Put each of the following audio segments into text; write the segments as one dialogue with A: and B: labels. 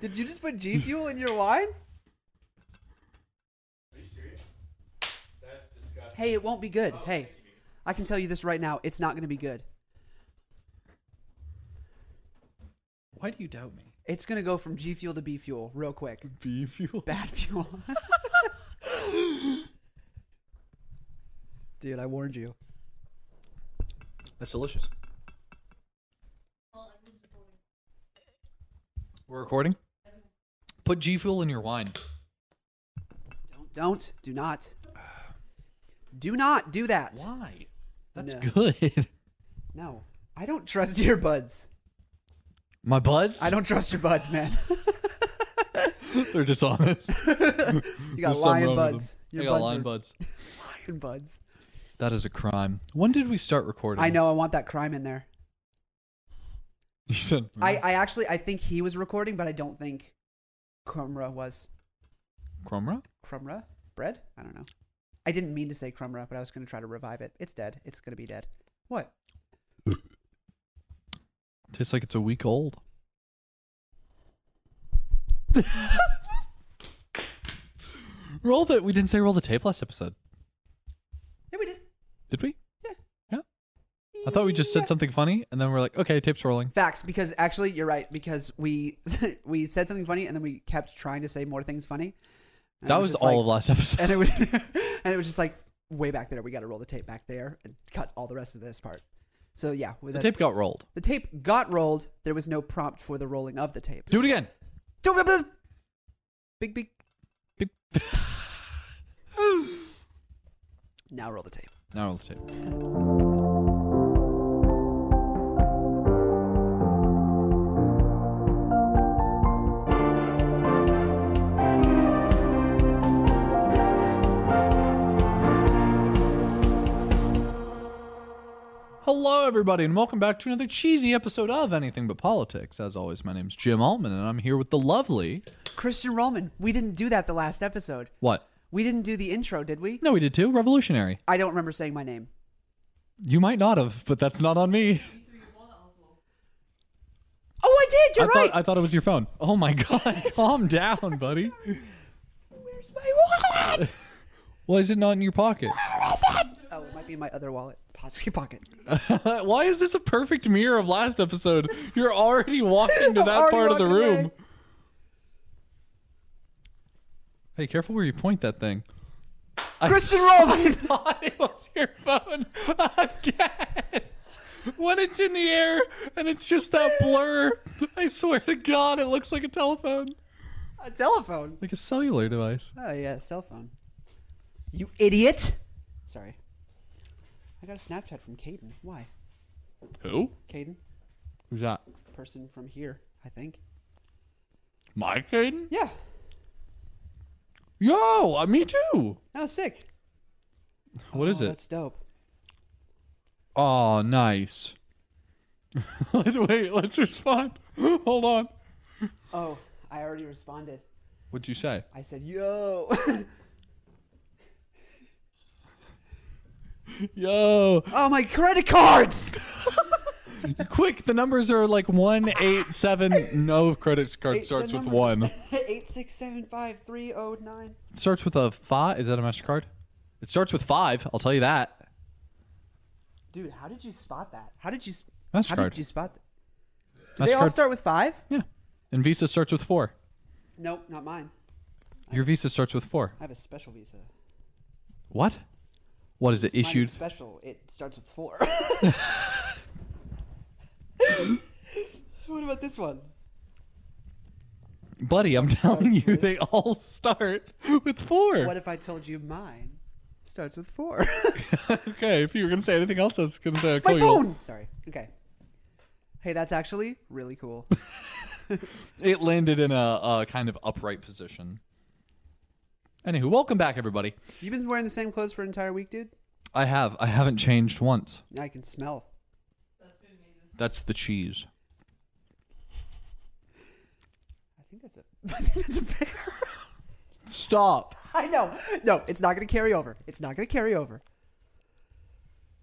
A: Did you just put G Fuel in your wine?
B: Are you serious? That's disgusting. Oh,
A: Hey, it won't be good. Hey, I can tell you this right now. It's not going to be good.
C: Why do you doubt me?
A: It's going to go from G Fuel to B Fuel real quick.
C: Bee fuel.
A: Bad fuel. Dude, I warned you.
C: That's delicious. We're recording. Put G fuel in your wine.
A: Don't, don't, do not. Do not do that.
C: Why? That's
A: That's No.
C: good.
A: No, I don't trust your buds.
C: My buds.
A: I don't trust your buds, man.
C: They're dishonest.
A: You got lion buds.
C: You
A: Your
C: got
A: buds
C: lion
A: are
C: buds.
A: lion buds.
C: That is a crime. When did we start recording?
A: I know. I want that crime in there.
C: You said
A: I, I actually, I think he was recording, but I don't think Crumra was.
C: Cromra.
A: Crumra? Bread? I don't know. I didn't mean to say Crumra, but I was going to try to revive it. It's dead. It's going to be dead. What?
C: Tastes like it's a week old. roll the. We didn't say roll the tape last episode,
A: Yeah, we did.
C: did we?
A: Yeah.
C: Yeah. I thought we just said
A: Yeah.
C: something funny, and then we're like, okay, tape's rolling.
A: Facts, because actually, you're right. Because we we said something funny, and then we kept trying to say more things funny. And it
C: that was,
A: just
C: all
A: like-
C: of last episode.
A: and it was and it was just like way back there. We got to roll the tape back there and cut all the rest of this part. So yeah, well,
C: the
A: that's-
C: tape got rolled.
A: the tape got rolled. There was no prompt for the rolling of the tape.
C: Do it again.
A: Big big.
C: Beep.
A: Now roll the tape.
C: now roll the tape. Hello, everybody, and welcome back to another cheesy episode of Anything But Politics. As always, my name's Jim Altman, and I'm here with the lovely.
A: Christian Roman. We didn't do that the last episode.
C: What?
A: We didn't do the intro, did we?
C: No, we did too. Revolutionary.
A: I don't remember saying my name.
C: You might not have, but that's not on me.
A: Oh, I did. You're
C: I
A: right.
C: Thought, I thought it was your phone. Oh my god! Calm down, buddy.
A: Where's my wallet?
C: Why is it not in your pocket?
A: oh, it might be in my other wallet. Possibly pocket.
C: Why is this a perfect mirror of last episode? You're already walking to
A: I'm
C: that
A: already
C: part of the
A: walking
C: room.
A: away.
C: Hey, careful where you point that thing.
A: Christian Roman.
C: thought it was your phone again. When it's in the air and it's just that blur, I swear to God, it looks like a telephone,
A: A telephone.
C: like a cellular device.
A: Oh yeah, cell phone. You idiot. Sorry. I got a Snapchat from Caden. Why?
C: Who?
A: Caden,
C: Who's that?
A: person from here, I think.
C: My Caden?
A: Yeah.
C: Yo, uh, me too.
A: That was sick.
C: What is
A: oh,
C: it?
A: That's dope.
C: Oh, nice. let's wait. Let's respond. Hold on.
A: Oh, I already responded.
C: What'd you say?
A: I said, "Yo."
C: Yo,
A: oh, my credit cards.
C: quick! The numbers are like one eight seven. No credit card
A: Eight- the
C: starts with
A: numbers-
C: one.
A: Eight six seven five three oh nine.
C: It starts with a five. Is that a Mastercard? It starts with five. I'll tell you that.
A: Dude, how did you spot that? How did you? s- How
C: Mastercard.
A: did you spot that? Do they all
C: MasterCard.
A: start with five?
C: Yeah, and Visa starts with four.
A: Nope, not mine.
C: Your Visa starts with four.
A: I have a special visa.
C: What? What is it
A: Mine is
C: issued?
A: special. It starts with four. what about this one?
C: Buddy, I'm telling
A: starts
C: you,
A: with-
C: they all start with four.
A: What if I told you mine starts with four?
C: okay, if you were gonna say anything else, I was gonna say I'll call
A: My
C: you. out.
A: phone. Sorry. Okay. Hey, that's actually really cool.
C: It landed in a, a kind of upright position. Anywho, welcome back, everybody.
A: You've been wearing the same clothes for an entire week, dude.
C: I have. I haven't changed once.
A: I can smell.
C: That's the cheese.
A: I think that's a. I think that's a bear.
C: Stop.
A: I know. No, it's not going to carry over. It's not going to carry over.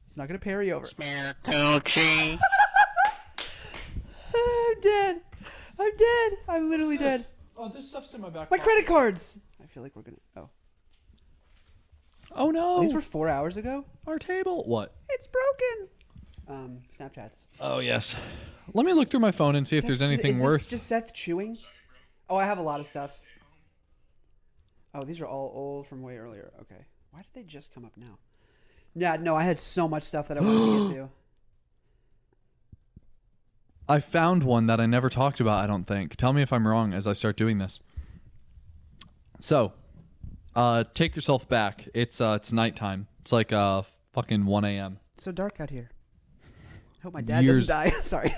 A: It's not going to carry over.
D: Bertucci.
A: I'm dead. I'm dead. I'm literally dead.
C: Oh, this stuff's in my back.
A: My
C: pocket.
A: credit cards. I feel like we're gonna. Oh,
C: Oh no.
A: these were four hours ago.
C: our table. What?
A: It's broken. Um, Snapchats.
C: Oh yes. Let me look through my phone and see if there's
A: Seth-
C: anything
A: is this
C: worth.
A: Just Seth chewing. Oh, I have a lot of stuff. Oh, these are all old from way earlier. Okay, why did they just come up now? Yeah, no, I had so much stuff that I wanted to get to.
C: I found one that I never talked about, I don't think. Tell me if I'm wrong as I start doing this. So, uh, take yourself back. It's uh, it's nighttime. It's like uh, fucking 1 a.m.
A: It's so dark out here. I hope my dad
C: Years-
A: doesn't die. Sorry.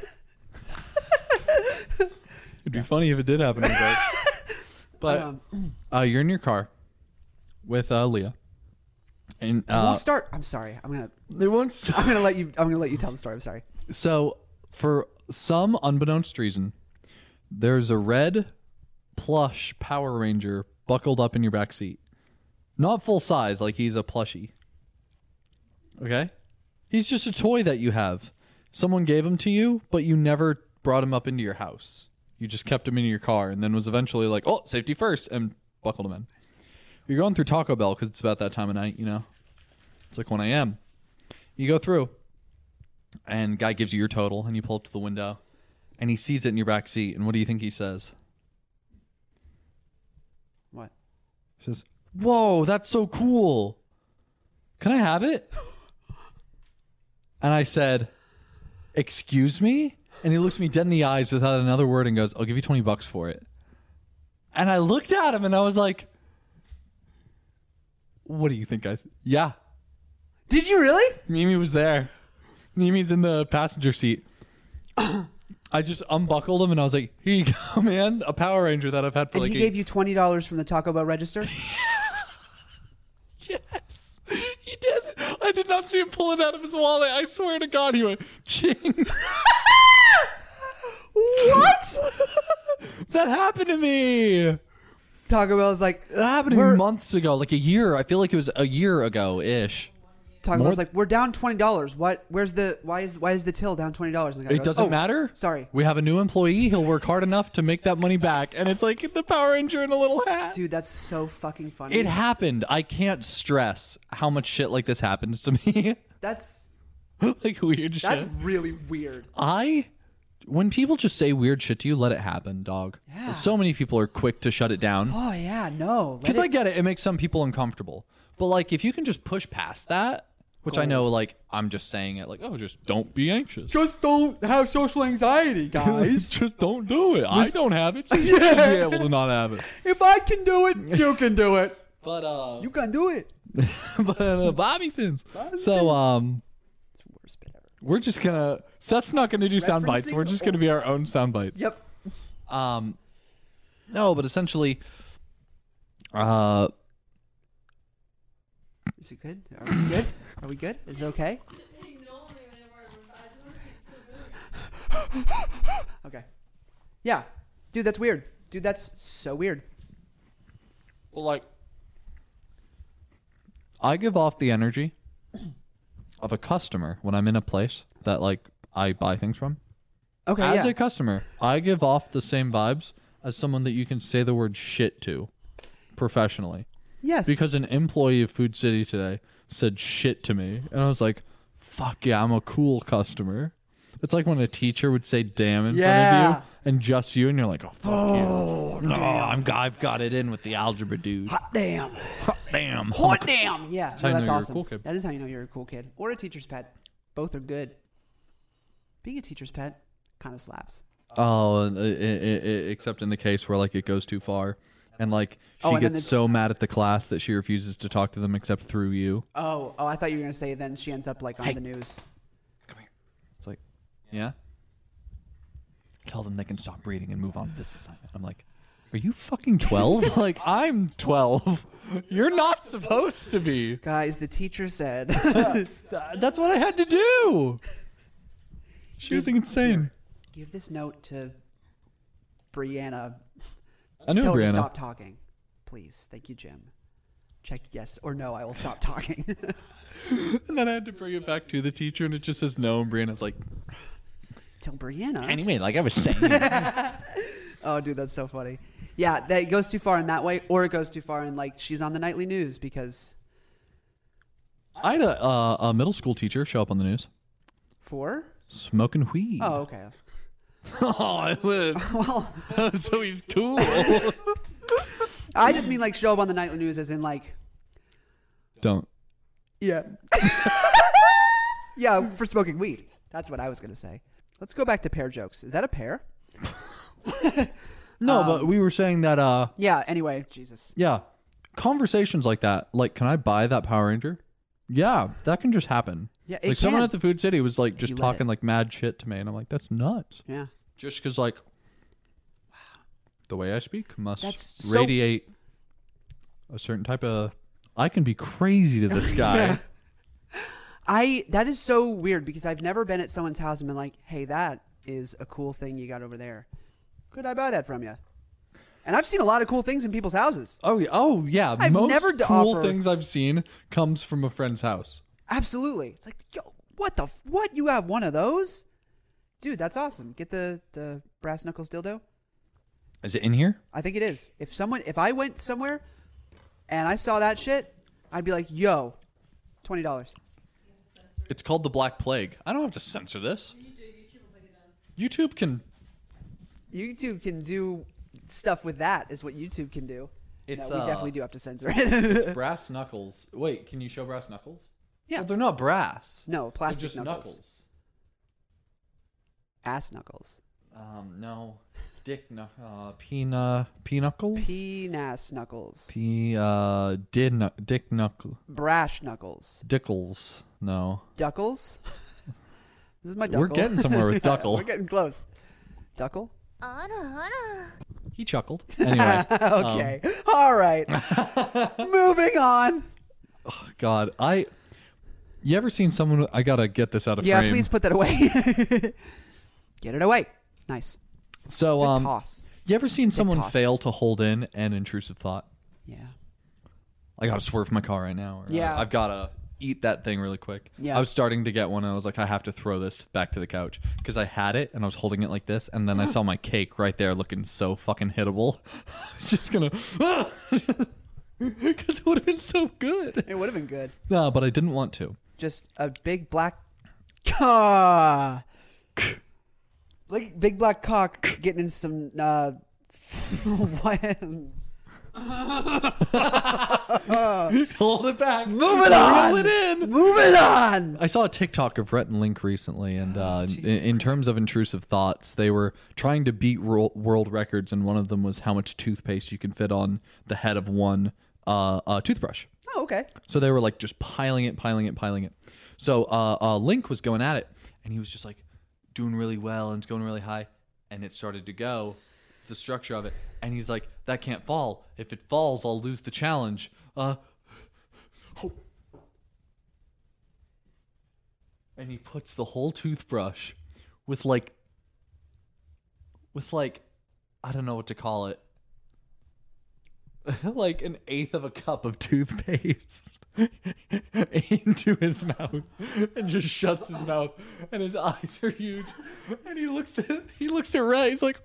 C: It'd be funny if it did happen. but
A: Um,
C: uh, you're in your car with uh, Leah. And
A: I
C: uh,
A: won't start. I'm sorry. I'm gonna.
C: it won't stop.
A: I'm gonna let you. I'm gonna let you tell the story. I'm sorry.
C: So, for some unbeknownst reason, there's a red plush Power Ranger buckled up in your back seat. Not full size, like he's a plushie. Okay? He's just a toy that you have. Someone gave him to you, but you never brought him up into your house. You just kept him in your car and then was eventually like, oh, safety first, and buckled him in. You're going through Taco Bell because it's about that time of night, you know? It's like 1 a.m. You go through and guy gives you your total and you pull up to the window and he sees it in your back seat and what do you think he says
A: What?
C: he says whoa that's so cool can i have it and i said excuse me and he looks me dead in the eyes without another word and goes i'll give you 20 bucks for it and i looked at him and i was like what do you think i th- yeah
A: Did you really?
C: Mimi was there. Mimi's in the passenger seat. I just unbuckled him and I was like, "Here you go, man! A Power Ranger that I've had for
A: And
C: like."
A: he
C: a-
A: gave you twenty dollars from the Taco Bell register.
C: yes, he did. I did not see him pull it out of his wallet. I swear to God, he went ching.
A: what?
C: that happened to me.
A: Taco Bell is like.
C: That happened to me
A: We're-
C: months ago, like a year. I feel like it was a year ago ish.
A: Taco
C: More-
A: Bell's like, we're down twenty dollars. What? Where's the? Why is why is the till down twenty dollars?
C: It doesn't matter.
A: oh, Sorry,
C: We have a new employee. He'll work hard enough to make that money back, and it's like the Power Ranger in a little hat.
A: dude, that's so fucking funny.
C: It happened. I can't stress how much shit like this happens to me.
A: that's
C: like weird shit.
A: that's really weird.
C: I when people just say weird shit to you, let it happen, dog.
A: Yeah.
C: So many people are quick to shut it down.
A: Oh yeah, no. Let
C: Cuz I
A: it,
C: get it. It makes some people uncomfortable. But like if you can just push past that, which I know like I'm just saying it like, "Oh, just don't be anxious."
A: just don't have social anxiety,
C: just don't do it. I don't have it. So you should be able to not have it.
A: if I can do it, you can do it.
C: But uh,
A: You can do it.
C: but, uh Bobby Fins. so um
A: It's the worst bit ever.
C: We're just gonna. Seth's not gonna do sound bites.
A: Referencing
C: We're just gonna be our own sound bites.
A: Yep.
C: Um, no, but essentially, uh,
A: Is it good? Are we good? Are we good? Is it okay? Okay. Yeah, dude, that's weird. Dude, that's so weird.
C: well, like, I give off the energy of a customer when I'm in a place that like I buy things from.
A: Okay.
C: As
A: yeah.
C: a customer, I give off the same vibes as someone that you can say the word shit to, professionally.
A: yes.
C: because an employee of Food City today said shit to me, and I was like, "Fuck yeah, I'm a cool customer." It's like when a teacher would say "damn" in front
A: Yeah. Oh,
C: of you, and just you, and you're like, "Oh, fuck you. No, I'm, I've got it in with the algebra dude."
A: hot damn.
C: Damn.
A: Hot damn. Yeah.
C: how
A: no, that's
C: you know you're a
A: awesome.
C: cool kid.
A: That is how you know you're a cool kid or a teacher's pet. Both are good. Being a teacher's pet kind of slaps.
C: Oh, and, uh, uh, uh, uh, except in the case where like it goes too far, and like she
A: Oh, and then
C: gets
A: it's-
C: so mad at the class that she refuses to talk to them except through you.
A: Oh, oh, I thought you were gonna say then she ends up like on the news.
C: It's like, yeah. Tell them they can stop reading and move on to this assignment. I'm like, are you fucking 12? like, I'm 12. You're not supposed to be.
A: Guys, the teacher said.
C: Th- That's what I had to do. She was insane.
A: Give this note to Brianna.
C: I knew
A: Tell her to
C: Brianna.
A: stop talking, please. Thank you, Jim. Check yes or no. I will stop talking.
C: And then I had to bring it back to the teacher, and it just says no. And Brianna's like,
A: Tell Brianna.
C: Anyway, like I was saying,
A: Oh, dude, that's so funny. Yeah, that it goes too far in that way, or it goes too far in like she's on the nightly news because
C: I had a, uh, a middle school teacher show up on the news
A: for.
C: smoking weed.
A: Oh, okay.
C: Oh, it was-
A: Well,
C: so he's cool.
A: I just mean like show up on the nightly news as in like
C: Don't.
A: yeah, yeah for smoking weed. That's what I was gonna say. Let's go back to pear jokes. Is that a pear?
C: No, but we were saying that. uh
A: Yeah. Anyway, Jesus.
C: Yeah, conversations like that. Like, can I buy that Power Ranger? Yeah, that can just happen.
A: Yeah, it
C: like someone
A: can.
C: at the food city was like
A: you
C: just
A: let it.
C: talking like mad shit to me, and I'm like, that's nuts.
A: Yeah.
C: Just because like the way I speak must
A: That's so-
C: radiate a certain type of. I can be crazy to this guy.
A: I that is so weird because I've never been at someone's house and been like, "Hey, that is a cool thing you got over there. Could I buy that from you?" And I've seen a lot of cool things in people's houses.
C: Oh yeah, oh yeah.
A: I've
C: Most
A: never to
C: cool
A: offer-
C: things I've seen comes from a friend's house.
A: Absolutely. It's like, "Yo, what the f- what? You have one of those?" Dude, that's awesome. Get the the brass knuckles dildo.
C: Is it in here?
A: I think it is. If someone if I went somewhere and I saw that shit, I'd be like, "Yo, $20."
C: It's called the Black Plague. I don't have to censor this. YouTube can.
A: YouTube can do stuff with that is what YouTube can do.
C: It's,
A: no, we
C: uh,
A: definitely do have to censor it.
C: Brass knuckles. Wait, can you show brass knuckles?
A: Yeah.
C: Well, they're not brass.
A: No,
C: They're
A: plastic
C: just
A: knuckles.
C: knuckles.
A: Ass knuckles.
C: Um, no, dick knuck, uh, peanut, knuckles,
A: Penis knuckles.
C: P, uh, did knuck, dick knuckle,
A: Brash knuckles.
C: dickles. No,
A: Duckles. this is my duckle.
C: we're getting somewhere with
A: We're
C: duckle.
A: getting close. Duckle?
C: he chuckled. Anyway,
A: Okay. All right. Moving on.
C: God, I. You ever seen someone? I gotta get this out of
A: Yeah,
C: frame.
A: please put that away. Get it away. Nice.
C: So,
A: Good
C: um,
A: toss.
C: you ever seen someone
A: toss.
C: fail to hold in an intrusive thought?
A: Yeah.
C: I gotta swerve my car right now. Or uh,
A: Yeah.
C: I've gotta eat that thing really quick.
A: Yeah.
C: I was starting to get one, and I was like, I have to throw this back to the couch because I had it and I was holding it like this, and then I saw my cake right there looking so fucking hittable. I was just gonna. Because it would have been so good.
A: It would have been good.
C: No, but I didn't want to.
A: Just a big black. Ah. Like big black cock getting in some. Uh, what?
C: Hold it back.
A: Move it on.
C: Reel it in.
A: Move it on.
C: I saw a TikTok of Rhett and Link recently, and uh, in, in terms of intrusive thoughts, they were trying to beat ro- world records, and one of them was how much toothpaste you can fit on the head of one uh, uh, toothbrush.
A: Oh, okay.
C: So they were like just piling it, piling it, piling it. So uh, uh, Link was going at it, and he was just like doing really well and it's going really high, and it started to go, the structure of it, and he's like, "That can't fall. If it falls, I'll lose the challenge." Uh, and he puts the whole toothbrush with like, with like, I don't know what to call it. like an eighth of a cup of toothpaste into his mouth and just shuts his mouth and his eyes are huge and he looks at he looks at Ray he's like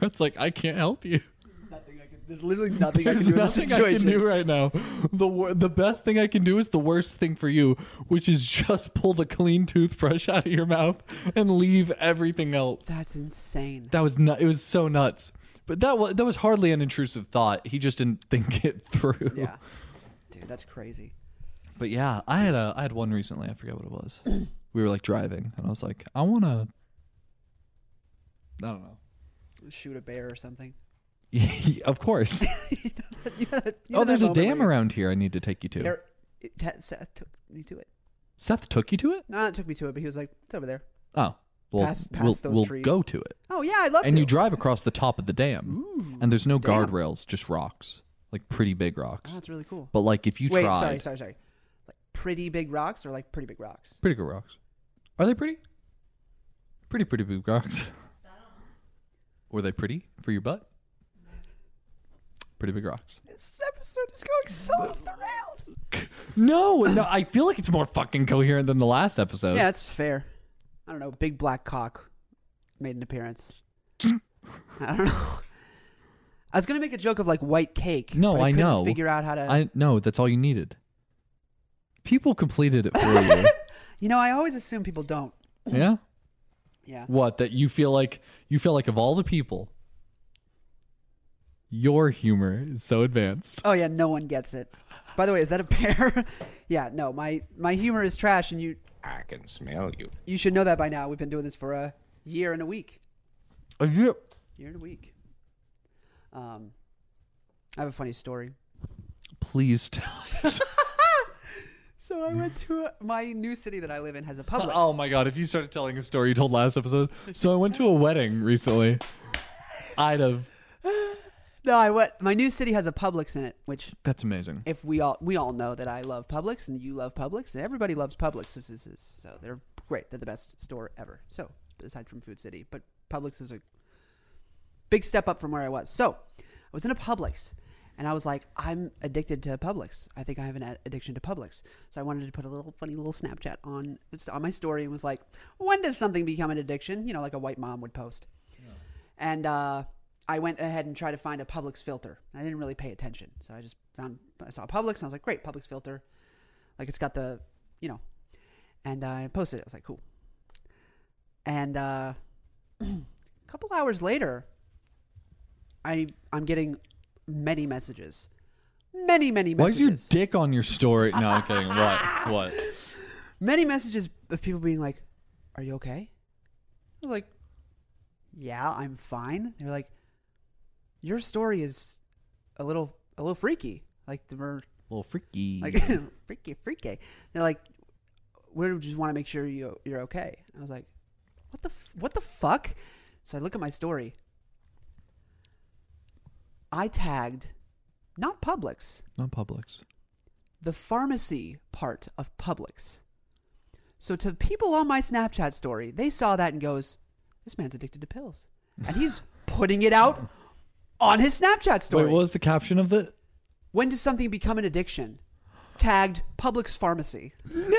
C: Rhett's like I can't help you
A: Nothing I can, there's literally nothing I
C: there's
A: can do in this
C: nothing I can
A: situation.
C: do right now the wor- the best thing I can do is the worst thing for you which is just pull the clean toothbrush out of your mouth and leave everything else
A: That's insane.
C: that was nut. It was so nuts. But that was that was hardly an intrusive thought. He just didn't think it through.
A: Yeah, dude, that's crazy.
C: But yeah, I had a I had one recently. I forget what it was. we were like driving, and I was like, I want to. I don't know.
A: Shoot a bear or something.
C: Yeah, of course.
A: You know that- you know
C: oh, there's
A: that
C: a
A: moment
C: dam
A: where
C: around here. I need to take you to.
A: you- There, it, Ted- Seth took me to it.
C: Seth took you to it.
A: No, it took me to it, but he was like, "It's over there."
C: Oh, well,
A: Past- past
C: we'll,
A: those
C: we'll
A: trees.
C: go to it.
A: Oh yeah, I'd love
C: And
A: to.
C: you drive across the top of the dam, and there's no
A: dam.
C: guardrails, just rocks, like pretty big rocks.
A: oh, that's really cool.
C: But like if you
A: Wait,
C: tried,
A: sorry, sorry, sorry. Like pretty big rocks or like pretty big rocks?
C: Pretty good rocks. Are they pretty? Pretty, pretty big rocks. Were they pretty for your butt? Pretty big rocks.
A: This episode is going so off the rails.
C: No, no, I feel like it's more fucking coherent than the last episode.
A: Yeah, that's fair. I don't know, big black cock made an appearance. I don't know. I was gonna make a joke of like white cake.
C: No,
A: but I,
C: I
A: couldn't
C: know.
A: Figure out how to.
C: I no, that's all you needed. People completed it for
A: you know, I always assume people don't.
C: you. yeah.
A: Yeah.
C: What that you feel like you feel like of all the people, your humor is so advanced.
A: Oh yeah, no one gets it. By the way, is that a pear? yeah. No, my my humor is trash, and you
D: I can smell you.
A: you should know that by now. We've been doing this for a year and a week. Year and a week. Um, I have a funny story.
C: Please tell. it.
A: So I went to a, my new city that I live in has a Publix.
C: oh my god! If you started telling a story you told last episode, so I went to a wedding recently. I'd have.
A: No, I went. My new city has a Publix in it, which
C: That's amazing.
A: if we all we all know that I love Publix and you love Publix and everybody loves Publix. This is is- so they're great. They're the best store ever. So aside from Food City, but Publix is a big step up from where I was. So I was in a Publix and I was like, I'm addicted to Publix. I think I have an ad- addiction to Publix. So I wanted to put a little funny little Snapchat on it's on my story and was like, when does something become an addiction? You know, like a white mom would post. And uh, I went ahead and tried to find a Publix filter. I didn't really pay attention, so I just found I saw Publix and I was like, great, Publix filter, like it's got the, you know, and I posted it. I was like, cool. And uh, a couple hours later, I I'm getting many messages, many many
C: Why is
A: messages.
C: your dick on your story? No, I'm kidding. What? What?
A: many messages of people being like, "Are you okay?" I was like, "Yeah, I'm fine." They're like, "Your story is a little a little freaky." Like the mer-
C: little freaky.
A: like freaky freaky. They're like, "We just want to make sure you you're okay." I was like, "What the f- what the fuck?" So I look at my story. I tagged not Publix,
C: Not Publix.
A: the pharmacy part of Publix. So to people on my Snapchat story, they saw that and goes, "This man's addicted to pills," and he's putting it out on his Snapchat story.
C: Wait, what was the caption of it?
A: when does something become an addiction? Tagged Publix pharmacy.
C: No.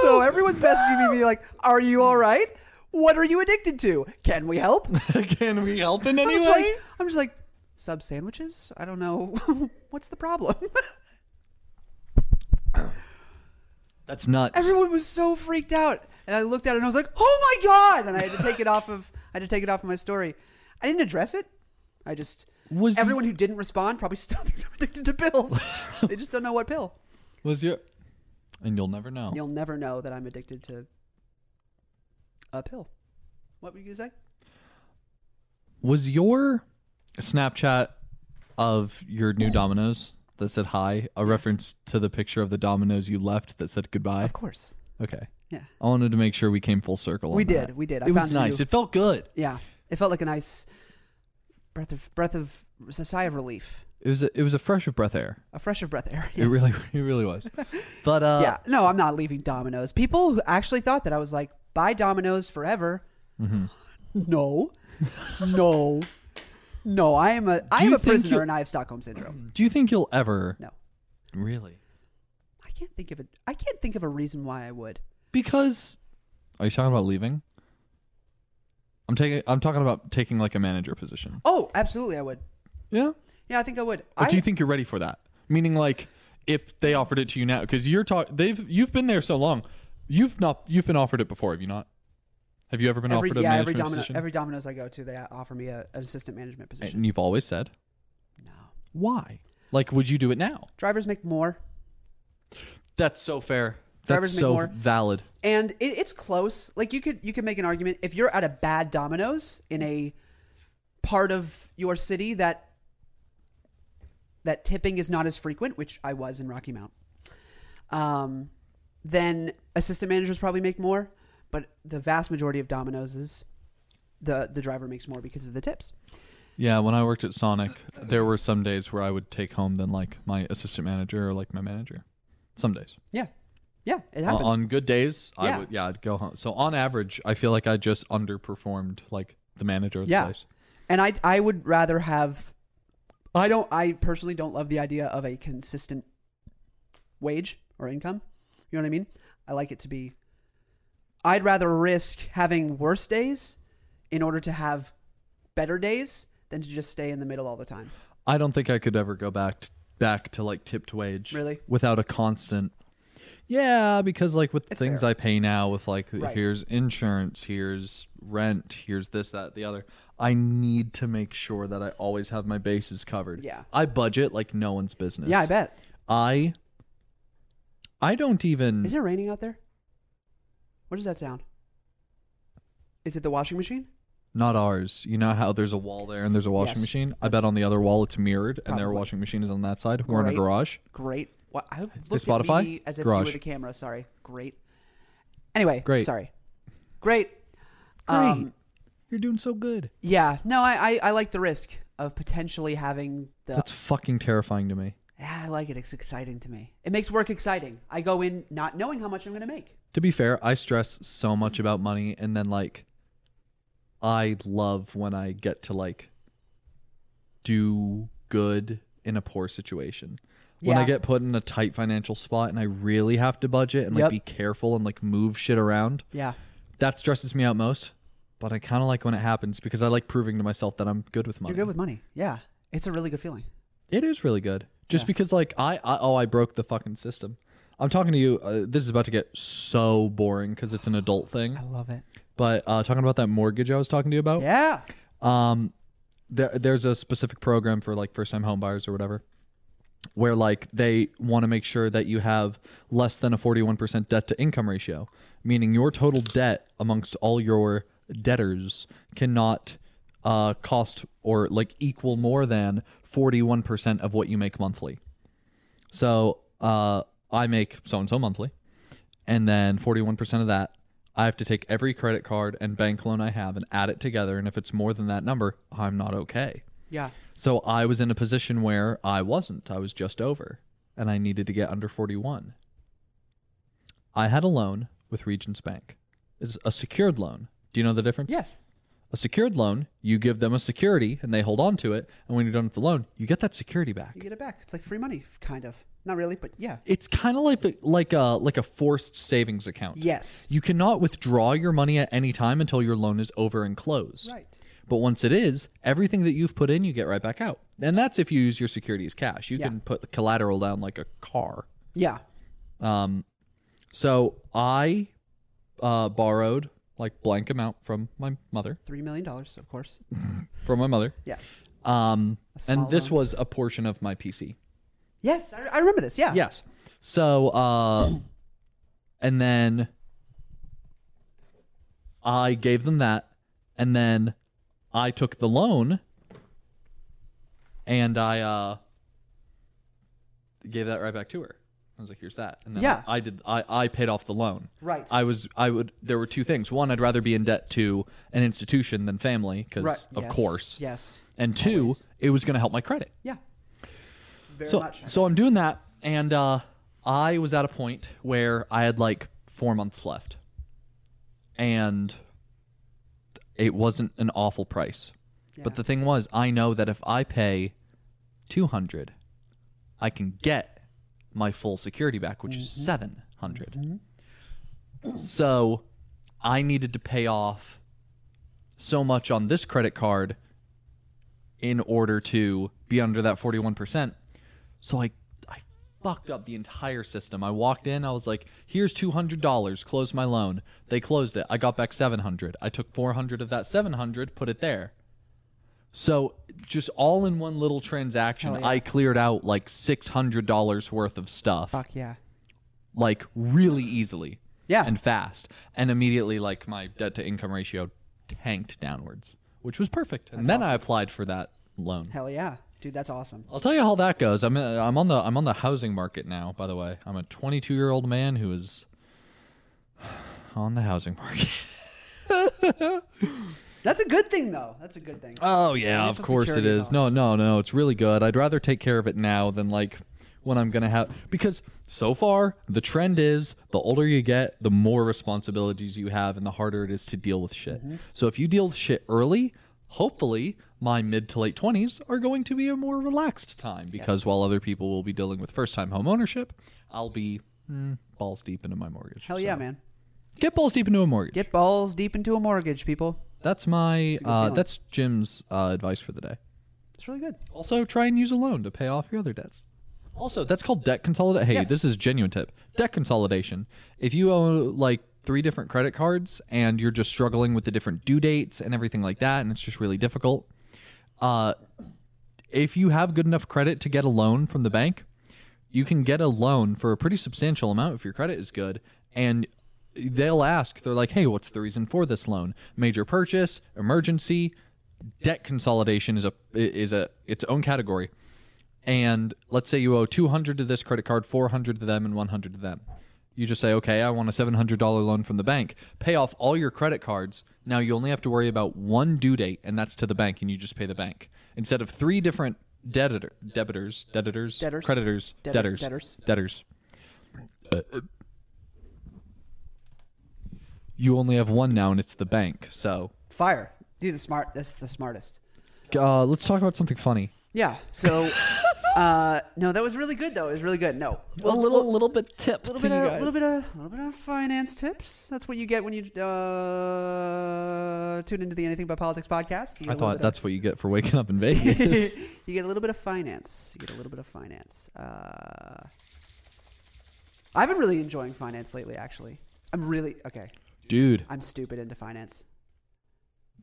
A: So everyone's messaging me like, "Are you all right? What are you addicted to? Can we help?"
C: Can we help in any
A: I'm
C: way?
A: just like, I'm just like, sub sandwiches. I don't know what's the problem.
C: That's nuts.
A: Everyone was so freaked out, and I looked at it and I was like, "Oh my god!" And I had to take it off of I had to take it off of my story. I didn't address it. I just
C: Was you-
A: everyone who didn't respond probably still thinks I'm addicted to pills. they just don't know what pill.
C: Was your and you'll never know.
A: You'll never know that I'm addicted to a pill. What were you gonna say?
C: Was your Snapchat of your new Domino's that said hi a reference to the picture of the Domino's you left that said goodbye?
A: Of course.
C: Okay.
A: Yeah.
C: I wanted to make sure we came full circle. on
A: We
C: that.
A: did, we did. I
C: it was
A: found a
C: nice.
A: new-
C: It felt good.
A: Yeah. It felt like a nice breath of breath of a sigh of relief.
C: It was a, it was a fresh of breath air.
A: A fresh of breath air.
C: It really it really was. But uh
A: yeah. No, I'm not leaving Domino's. People who actually thought that I was like, buy Domino's forever.
C: Mm-hmm.
A: No, no, no. I am a I
C: Do
A: am
C: you
A: a
C: think
A: prisoner
C: you-
A: and I have Stockholm syndrome.
C: do you think you'll ever
A: No,
C: Really?
A: I can't think of it. I can't think of a reason why I would.
C: Because are you talking about leaving? I'm taking I'm talking about taking like a manager position.
A: Oh, absolutely, I would.
C: Yeah.
A: Yeah, I think I would.
C: But
A: I
C: do you think you're ready for that? Meaning, like, if they offered it to you now, because you're talk, they've you've been there so long, you've not you've been offered it before, have you not? Have you ever been
A: every
C: offered a
A: yeah every
C: management
A: Domino
C: position?
A: every Domino's I go to, they offer me a, an assistant management position.
C: and you've always said,
A: no,
C: why? Like, would you do it now?
A: drivers make more,
C: That's so fair.
A: Drivers
C: That's
A: make
C: so
A: more.
C: valid.
A: and it, it's close. Like you could you could make an argument if you're at a bad Domino's in a part of your city that that tipping is not as frequent, which I was in Rocky Mount. Um, then assistant managers probably make more, but the vast majority of Domino's is the the driver makes more because of the tips.
C: Yeah. When I worked at Sonic, there were some days where I would take home than like my assistant manager or like my manager. Some days.
A: Yeah, yeah, it
C: On-
A: happens.
C: on good days,
A: Yeah.
C: I would yeah, I'd go home. So on average, I feel like I just underperformed like the manager of
A: Yeah.
C: the place.
A: And I I would rather have I don't I personally don't love the idea of a consistent wage or income. You know what I mean? I like it to be I'd rather risk having worse days in order to have better days than to just stay in the middle all the time.
C: I don't think I could ever go back to, back to like tipped wage.
A: Really?
C: Without a constant. Yeah, because like with the things
A: fair.
C: I pay now, with like
A: Right.
C: here's insurance, here's rent, here's this, that, the other. I need to make sure that I always have my bases covered.
A: Yeah.
C: I budget like no one's business.
A: Yeah, I bet.
C: I. I don't even.
A: Is it raining out there? What does that sound? Is it the washing machine?
C: Not ours. You know how there's a wall there and there's a washing
A: Yes.
C: machine? I bet on the other wall it's mirrored and their
A: Probably.
C: washing machine is on that side. We're in a
A: Great.
C: garage.
A: Great. What I looked
C: Spotify?
A: at me as if you
C: Garage.
A: were the camera. Sorry. Great. Anyway,
C: Great.
A: sorry. Great. Um,
C: Great. You're doing so good.
A: yeah. No, I, I I like the risk of potentially having the.
C: That's fucking terrifying to me.
A: yeah, I like it. It's exciting to me. It makes work exciting. I go in not knowing how much I'm going to make.
C: To be fair, I stress so much about money and then like I love when I get to like do good in a poor situation. When I
A: Yeah.
C: get put in a tight financial spot and I really have to budget and like
A: Yep.
C: be careful and like move shit around.
A: Yeah.
C: that stresses me out most but i kind of like when it happens because i like proving to myself that i'm good with money
A: You're good with money. Yeah. It's a really good feeling.
C: it is really good just because like I, I oh i broke the fucking system i'm talking to you uh, this is about to get so boring because it's an adult thing
A: I love it.
C: but uh, talking about that mortgage i was talking to you about
A: Yeah.
C: um there, there's a specific program for like first time home buyers or whatever where like they want to make sure that you have less than a 41% debt to income ratio meaning your total debt amongst all your debtors cannot uh, cost or like equal more than 41% of what you make monthly so uh, i make so and so monthly and then 41% of that i have to take every credit card and bank loan i have and add it together and if it's more than that number i'm not okay
A: Yeah.
C: so I was in a position where I wasn't. I was just over, and I needed to get under 41. I had a loan with Regents Bank. It's a secured loan. Do you know the difference?
A: Yes.
C: A secured loan, you give them a security and they hold on to it. And when you're done with the loan, you get that security back.
A: You get it back. It's like free money, kind of. Not really, but yeah.
C: It's kind of like, like, a, like a forced savings account.
A: Yes.
C: You cannot withdraw your money at any time until your loan is over and closed.
A: Right.
C: But once it is, everything that you've put in, you get right back out. And that's if you use your security as cash. You
A: Yeah.
C: can put the collateral down like a car.
A: Yeah.
C: Um, so I uh, borrowed like blank amount from my mother,
A: Three million dollars, of course.
C: from my mother.
A: Yeah.
C: Um, and
A: small
C: this was a portion of my PC.
A: Yes, I, I remember this. Yeah.
C: Yes. So, uh, and then I gave them that, and then I took the loan, and I uh, gave that right back to her. I was like, "Here's that," and then
A: Yeah.
C: I, I did. I, I paid off the loan.
A: Right.
C: I was. I would. There were two things. One, I'd rather be in debt to an institution than family, because
A: Right.
C: of
A: Yes.
C: course.
A: Yes.
C: And two,
A: Always.
C: it was going to help my credit
A: Yeah. Very
C: so,
A: much.
C: So I'm doing that, and uh, I was at a point where I had like four months left, and it wasn't an awful price. But
A: Yeah.
C: the thing was, I know that if I pay two hundred, I can get my full security back, which
A: Mm-hmm.
C: is seven So I needed to pay off so much on this credit card in order to be under that 41%. So I I fucked up the entire system. I walked in, I was like, "Here's $200, close my loan." They closed it. I got back 700. I took 400 of that 700, put it there. So just all in one little transaction,
A: Hell yeah.
C: I cleared out like $600 worth of stuff
A: Fuck yeah.
C: like really easily.
A: Yeah.
C: And fast. And immediately like my debt to income ratio tanked downwards, which was perfect. And then I applied for that loan.
A: Hell yeah, dude. That's awesome.
C: I'll tell you how that goes. I'm uh, I'm on the I'm on the housing market now, by the way. I'm a 22-year-old man who is on the housing market.
A: That's a good thing, though. That's a good thing.
C: Oh yeah, of
A: Financial
C: course it
A: security
C: is.
A: is
C: No, no, no, it's really good. I'd rather take care of it now than like when I'm gonna have because so far the trend is the older you get, the more responsibilities you have, and the harder it is to deal with shit.
A: Mm-hmm.
C: So if you deal with shit early, hopefully my mid to late twenties are going to be a more relaxed time because
A: Yes.
C: while other people will be dealing with first time home ownership, I'll be mm, hmm, balls deep into my mortgage.
A: Hell
C: So,
A: yeah, man.
C: Get balls deep into a mortgage.
A: Get balls deep into a mortgage, people.
C: That's my
A: good
C: uh,
A: feeling.
C: that's Jim's uh, advice for the day.
A: It's really good.
C: Also, try and use a loan to pay off your other debts. Also, that's called debt consolidation. Hey,
A: Yes.
C: this is a genuine tip. Debt consolidation. If you own like three different credit cards and you're just struggling with the different due dates and everything like that, and it's just really difficult, uh, if you have good enough credit to get a loan from the bank, you can get a loan for a pretty substantial amount if your credit is good. And they'll ask, they're like, hey, what's the reason for this loan? Major purchase, emergency, debt consolidation is a is a its own category. And let's say you owe 200 to this credit card, 400 to them and 100 to them. You just say, "Okay, I want a $700 loan from the bank. Pay off all your credit cards. Now you only have to worry about one due date and that's to the bank and you just pay the bank instead of three different debtor debitors, debitors,
A: Debtors.
C: creditors,
A: Debtor-
C: debtors,
A: debtors.
C: debtors. You only have one now and it's the bank. So,
A: Fire. Do the smart. That's the smartest.
C: uh, let's talk about something funny.
A: Yeah. So, uh, no, that was really good though. It was really good. No,
C: a little little bit tip
A: little bit, of, little bit of, little bit of finance tips. That's what you get when you uh, tune into the Anything But Politics podcast. You get a
C: I
A: little
C: thought
A: bit of-
C: that's what you get for waking up in Vegas.
A: you get a little bit of finance. You get a little bit of finance. Uh, I've been really enjoying finance lately. Actually, I'm really okay.
C: Dude,
A: I'm stupid into finance.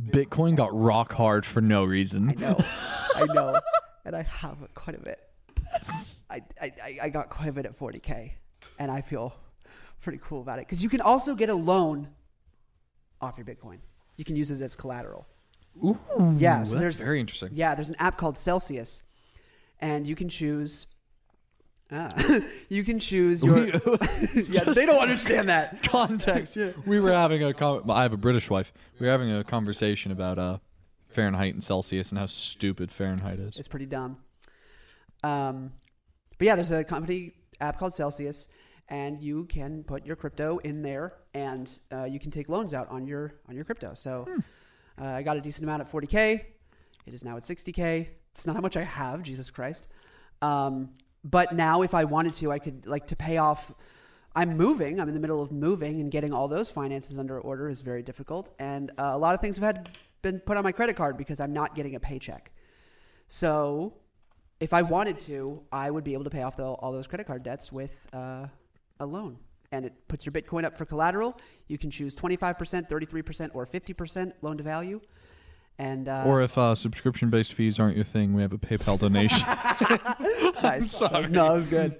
C: Bitcoin got rock hard for no
A: I
C: reason.
A: know, I know, and I have quite a bit. I, I- I, I got quite a bit at 40k, and I feel pretty cool about it because you can also get a loan off your Bitcoin. You can use it as collateral. yeah, so
C: that's
A: there's
C: very interesting.
A: yeah, there's an app called Celsius, and you can choose. Ah, you can choose your. yeah, they don't understand that.
C: Context. We were having a con- well, I have a British wife. We were having a conversation about uh, Fahrenheit and Celsius and how stupid Fahrenheit is.
A: It's pretty dumb. Um, but yeah, there's a company app called Celsius, and you can put your crypto in there, and uh, you can take loans out on your on your crypto. So uh, I got a decent amount at 40k. It is now at 60k. It's not how much I have, Jesus Christ. Um, but now, if I wanted to, I could like to pay off. I'm moving. I'm in the middle of moving, and getting all those finances under order is very difficult. And uh, a lot of things have had been put on my credit card because I'm not getting a paycheck. So, if I wanted to, I would be able to pay off the, all those credit card debts with uh, a loan. And it puts your Bitcoin up for collateral. You can choose 25%, 33%, or 50% loan to value. And uh,
C: Or if uh, subscription based fees aren't your thing, we have a PayPal donation.
A: Nice. No, it was good.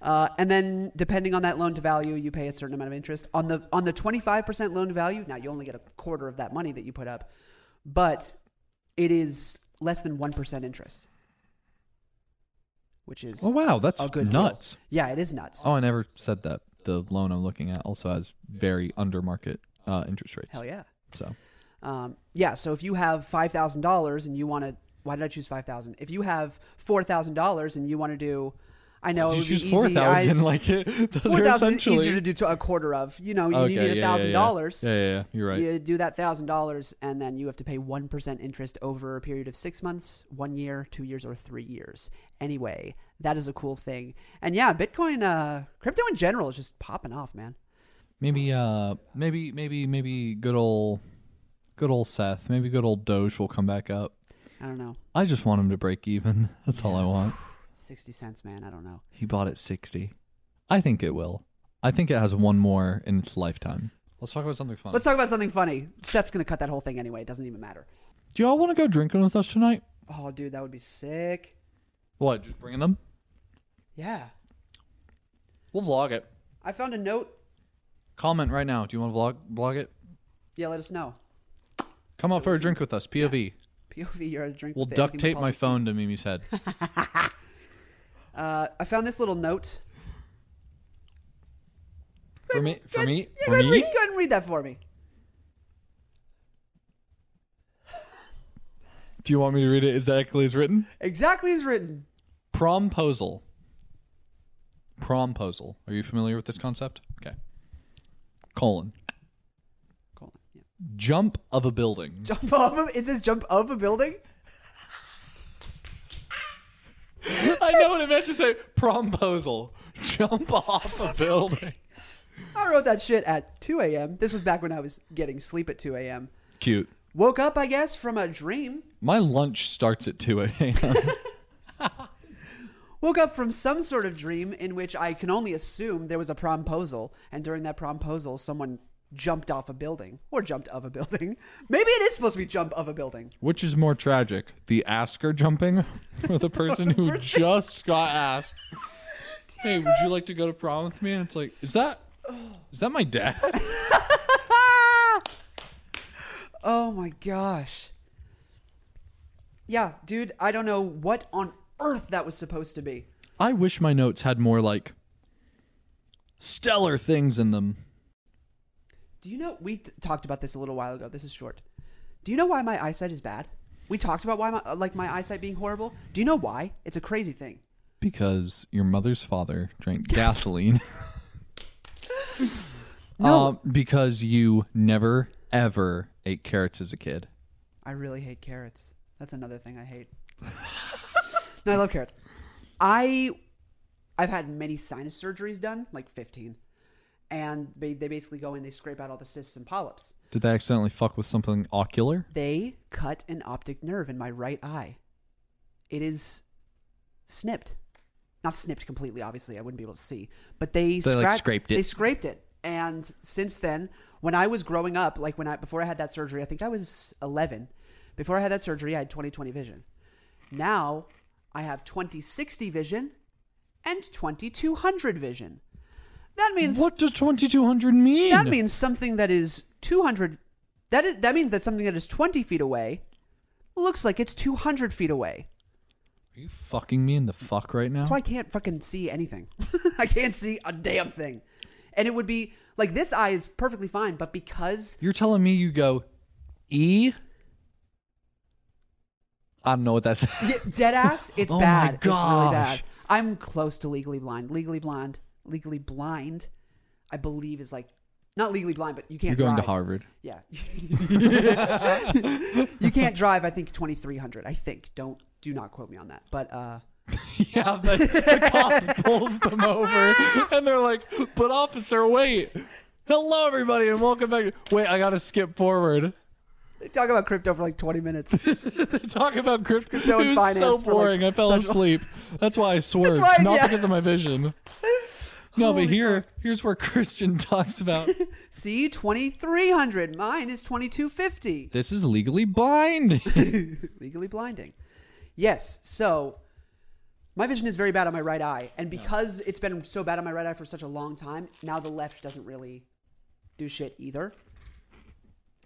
A: Uh, and then, depending on that loan to value, you pay a certain amount of interest on the on the twenty five percent loan to value. Now you only get a quarter of that money that you put up, but it is less than one percent interest, which is
C: oh, wow. That's
A: a good deal.
C: nuts.
A: Yeah, it is nuts.
C: Oh, I never said that. The loan I'm looking at also has very under market uh, interest rates.
A: Hell yeah.
C: So.
A: Um, yeah. So if you have five thousand dollars and you want to, why did I choose five thousand? If you have four thousand dollars and you want to do, I know
C: You
A: it would
C: choose
A: be
C: four
A: easy. I-
C: thousand, like it. Those
A: Four
C: are
A: thousand is
C: essentially.
A: easier to do to a quarter of. You know, you
C: Okay, yeah,
A: need a
C: yeah,
A: thousand
C: yeah.
A: dollars.
C: Yeah, yeah, yeah. You're right.
A: You do that thousand dollars, and then you have to pay one percent interest over a period of six months, one year, two years, or three years. Anyway, that is a cool thing. And yeah, Bitcoin, uh, crypto in general is just popping off, man.
C: Maybe, uh, maybe, maybe, maybe good old, good old Seth. Maybe good old Doge will come back up.
A: I don't know,
C: I just want him to break even. That's all I want.
A: sixty cents, man. I don't know.
C: He bought at sixty. I think it will. I think it has one more in its lifetime. Let's talk about something fun.
A: Let's talk about something funny. Seth's gonna cut that whole thing anyway. It doesn't even matter.
C: do y'all want to go drinking with us tonight?
A: Oh, dude, that would be sick.
C: What? Just bringing them?
A: Yeah,
C: We'll vlog it.
A: I found a note.
C: Comment right now. Do you want to vlog vlog it?
A: Yeah, let us know.
C: Come out for a drink with us. POV.
A: POV, you're a drink.
C: We'll
A: with the
C: duct
A: Anything
C: tape
A: But
C: my
A: Politics.
C: phone to Mimi's head.
A: Uh, I found this little note.
C: For me, for
A: Good.
C: me,
A: Yeah,
C: for
A: go, ahead,
C: me.
A: Read, go ahead and read that for me.
C: Do you want me to read it exactly as written?
A: Exactly as written.
C: Promposal. Promposal. Are you familiar with this concept? Okay. Colon.
A: Colon. Yeah.
C: Jump of a building.
A: Jump off of it says jump off a building.
C: I know what it meant to say. Promposal. Jump off a building.
A: I wrote that shit at 2 a.m. This was back when I was getting sleep at 2 a.m.
C: Cute.
A: Woke up, I guess, from a dream.
C: My lunch starts at 2 a.m.
A: Woke up from some sort of dream in which I can only assume there was a promposal, and during that promposal, someone jumped off a building or jumped of a building. Maybe it is supposed to be jump of a building.
C: Which is more tragic, the asker jumping or the person who
A: person-
C: just got asked, "Hey, would you like to go to prom with me?" And it's like, "Is that is that my dad?"
A: Oh my gosh. Yeah, dude, I don't know what on earth that was supposed to be.
C: I wish my notes had more like stellar things in them.
A: Do you know we t- talked about this a little while ago? This is short. Do you know why my eyesight is bad? We talked about why my, uh, like my eyesight being horrible. Do you know why? It's a crazy thing.
C: Because your mother's father drank gasoline.
A: No.
C: Um, because you never ever ate carrots as a kid.
A: I really hate carrots. That's another thing I hate. no, I love carrots. I I've had many sinus surgeries done, like 15. And they, they basically go in, they scrape out all the cysts and polyps.
C: Did they accidentally fuck with something ocular?
A: They cut an optic nerve in my right eye. It is snipped. Not snipped completely, obviously. I wouldn't be able to see. But they,
C: They, like, scraped it.
A: They scraped it. And since then, when I was growing up, like when I before I had that surgery, I think I was 11. Before I had that surgery, I had 20/20 vision. Now, I have 20/60 vision and 2200 vision. That means
C: What does 2200 mean?
A: that means something that is 200 that is, that means that something that is 20 feet away looks like it's 200 feet away
C: Are you fucking me in the fuck right now?
A: so i can't fucking see anything i can't see a damn thing and it would be like this eye is perfectly fine but because
C: You're telling me you go E? I don't know what that's.
A: dead ass it's
C: Oh my
A: bad it's really
C: gosh.
A: bad i'm close to legally blind legally blind legally blind i believe is like not legally blind but you
C: You're
A: can't
C: going to
A: drive.
C: Harvard.
A: Yeah. you can't drive, I think, 2,300. I think. Don't, do not quote me on that. But, uh,
C: yeah, the, the cop pulls them over, and they're like, "But officer, wait! Hello, everybody, and welcome back. Wait, I gotta skip forward.
A: they talk about crypto for like 20 minutes.
C: They talk about crypto.
A: Crypto and
C: it was so
A: finance for, like,
C: boring. I fell
A: such-
C: asleep. That's why I swerved,
A: why-
C: not
A: yeah.
C: because of my vision. No,
A: Holy
C: but here, here's where Christian talks about
A: See, 2,300. Mine is 2,250.
C: this is legally blind.
A: Legally blinding. Yes. So, my vision is very bad on my right eye. And because it's been so bad on my right eye for such a long time, now the left doesn't really do shit either.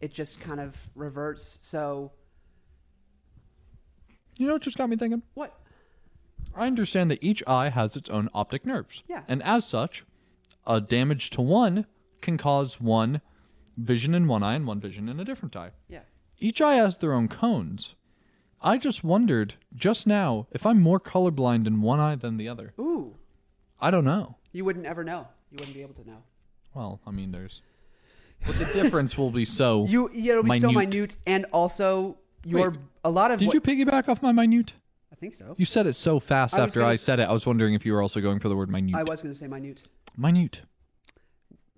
A: It just kind of reverts. So,
C: you know what just got me thinking?
A: what?
C: I understand that each eye has its own optic nerves.
A: Yeah.
C: And as such, a damage to one can cause one vision in one eye and one vision in a different eye.
A: Yeah.
C: Each eye has their own cones. I just wondered just now if I'm more colorblind in one eye than the other.
A: Ooh.
C: I don't know.
A: You wouldn't ever know. You wouldn't be able to know.
C: Well, I mean, there's. But the difference will be so.
A: You yeah, it'll be so
C: Minute.
A: minute, and also your
C: Wait,
A: a lot of
C: Did
A: what-
C: you piggyback off my minute?
A: I think so.
C: You said it so fast
A: I was
C: after
A: gonna
C: I
A: s-
C: said it. I was wondering if you were also going for the word minute.
A: I was going to say minute.
C: minute.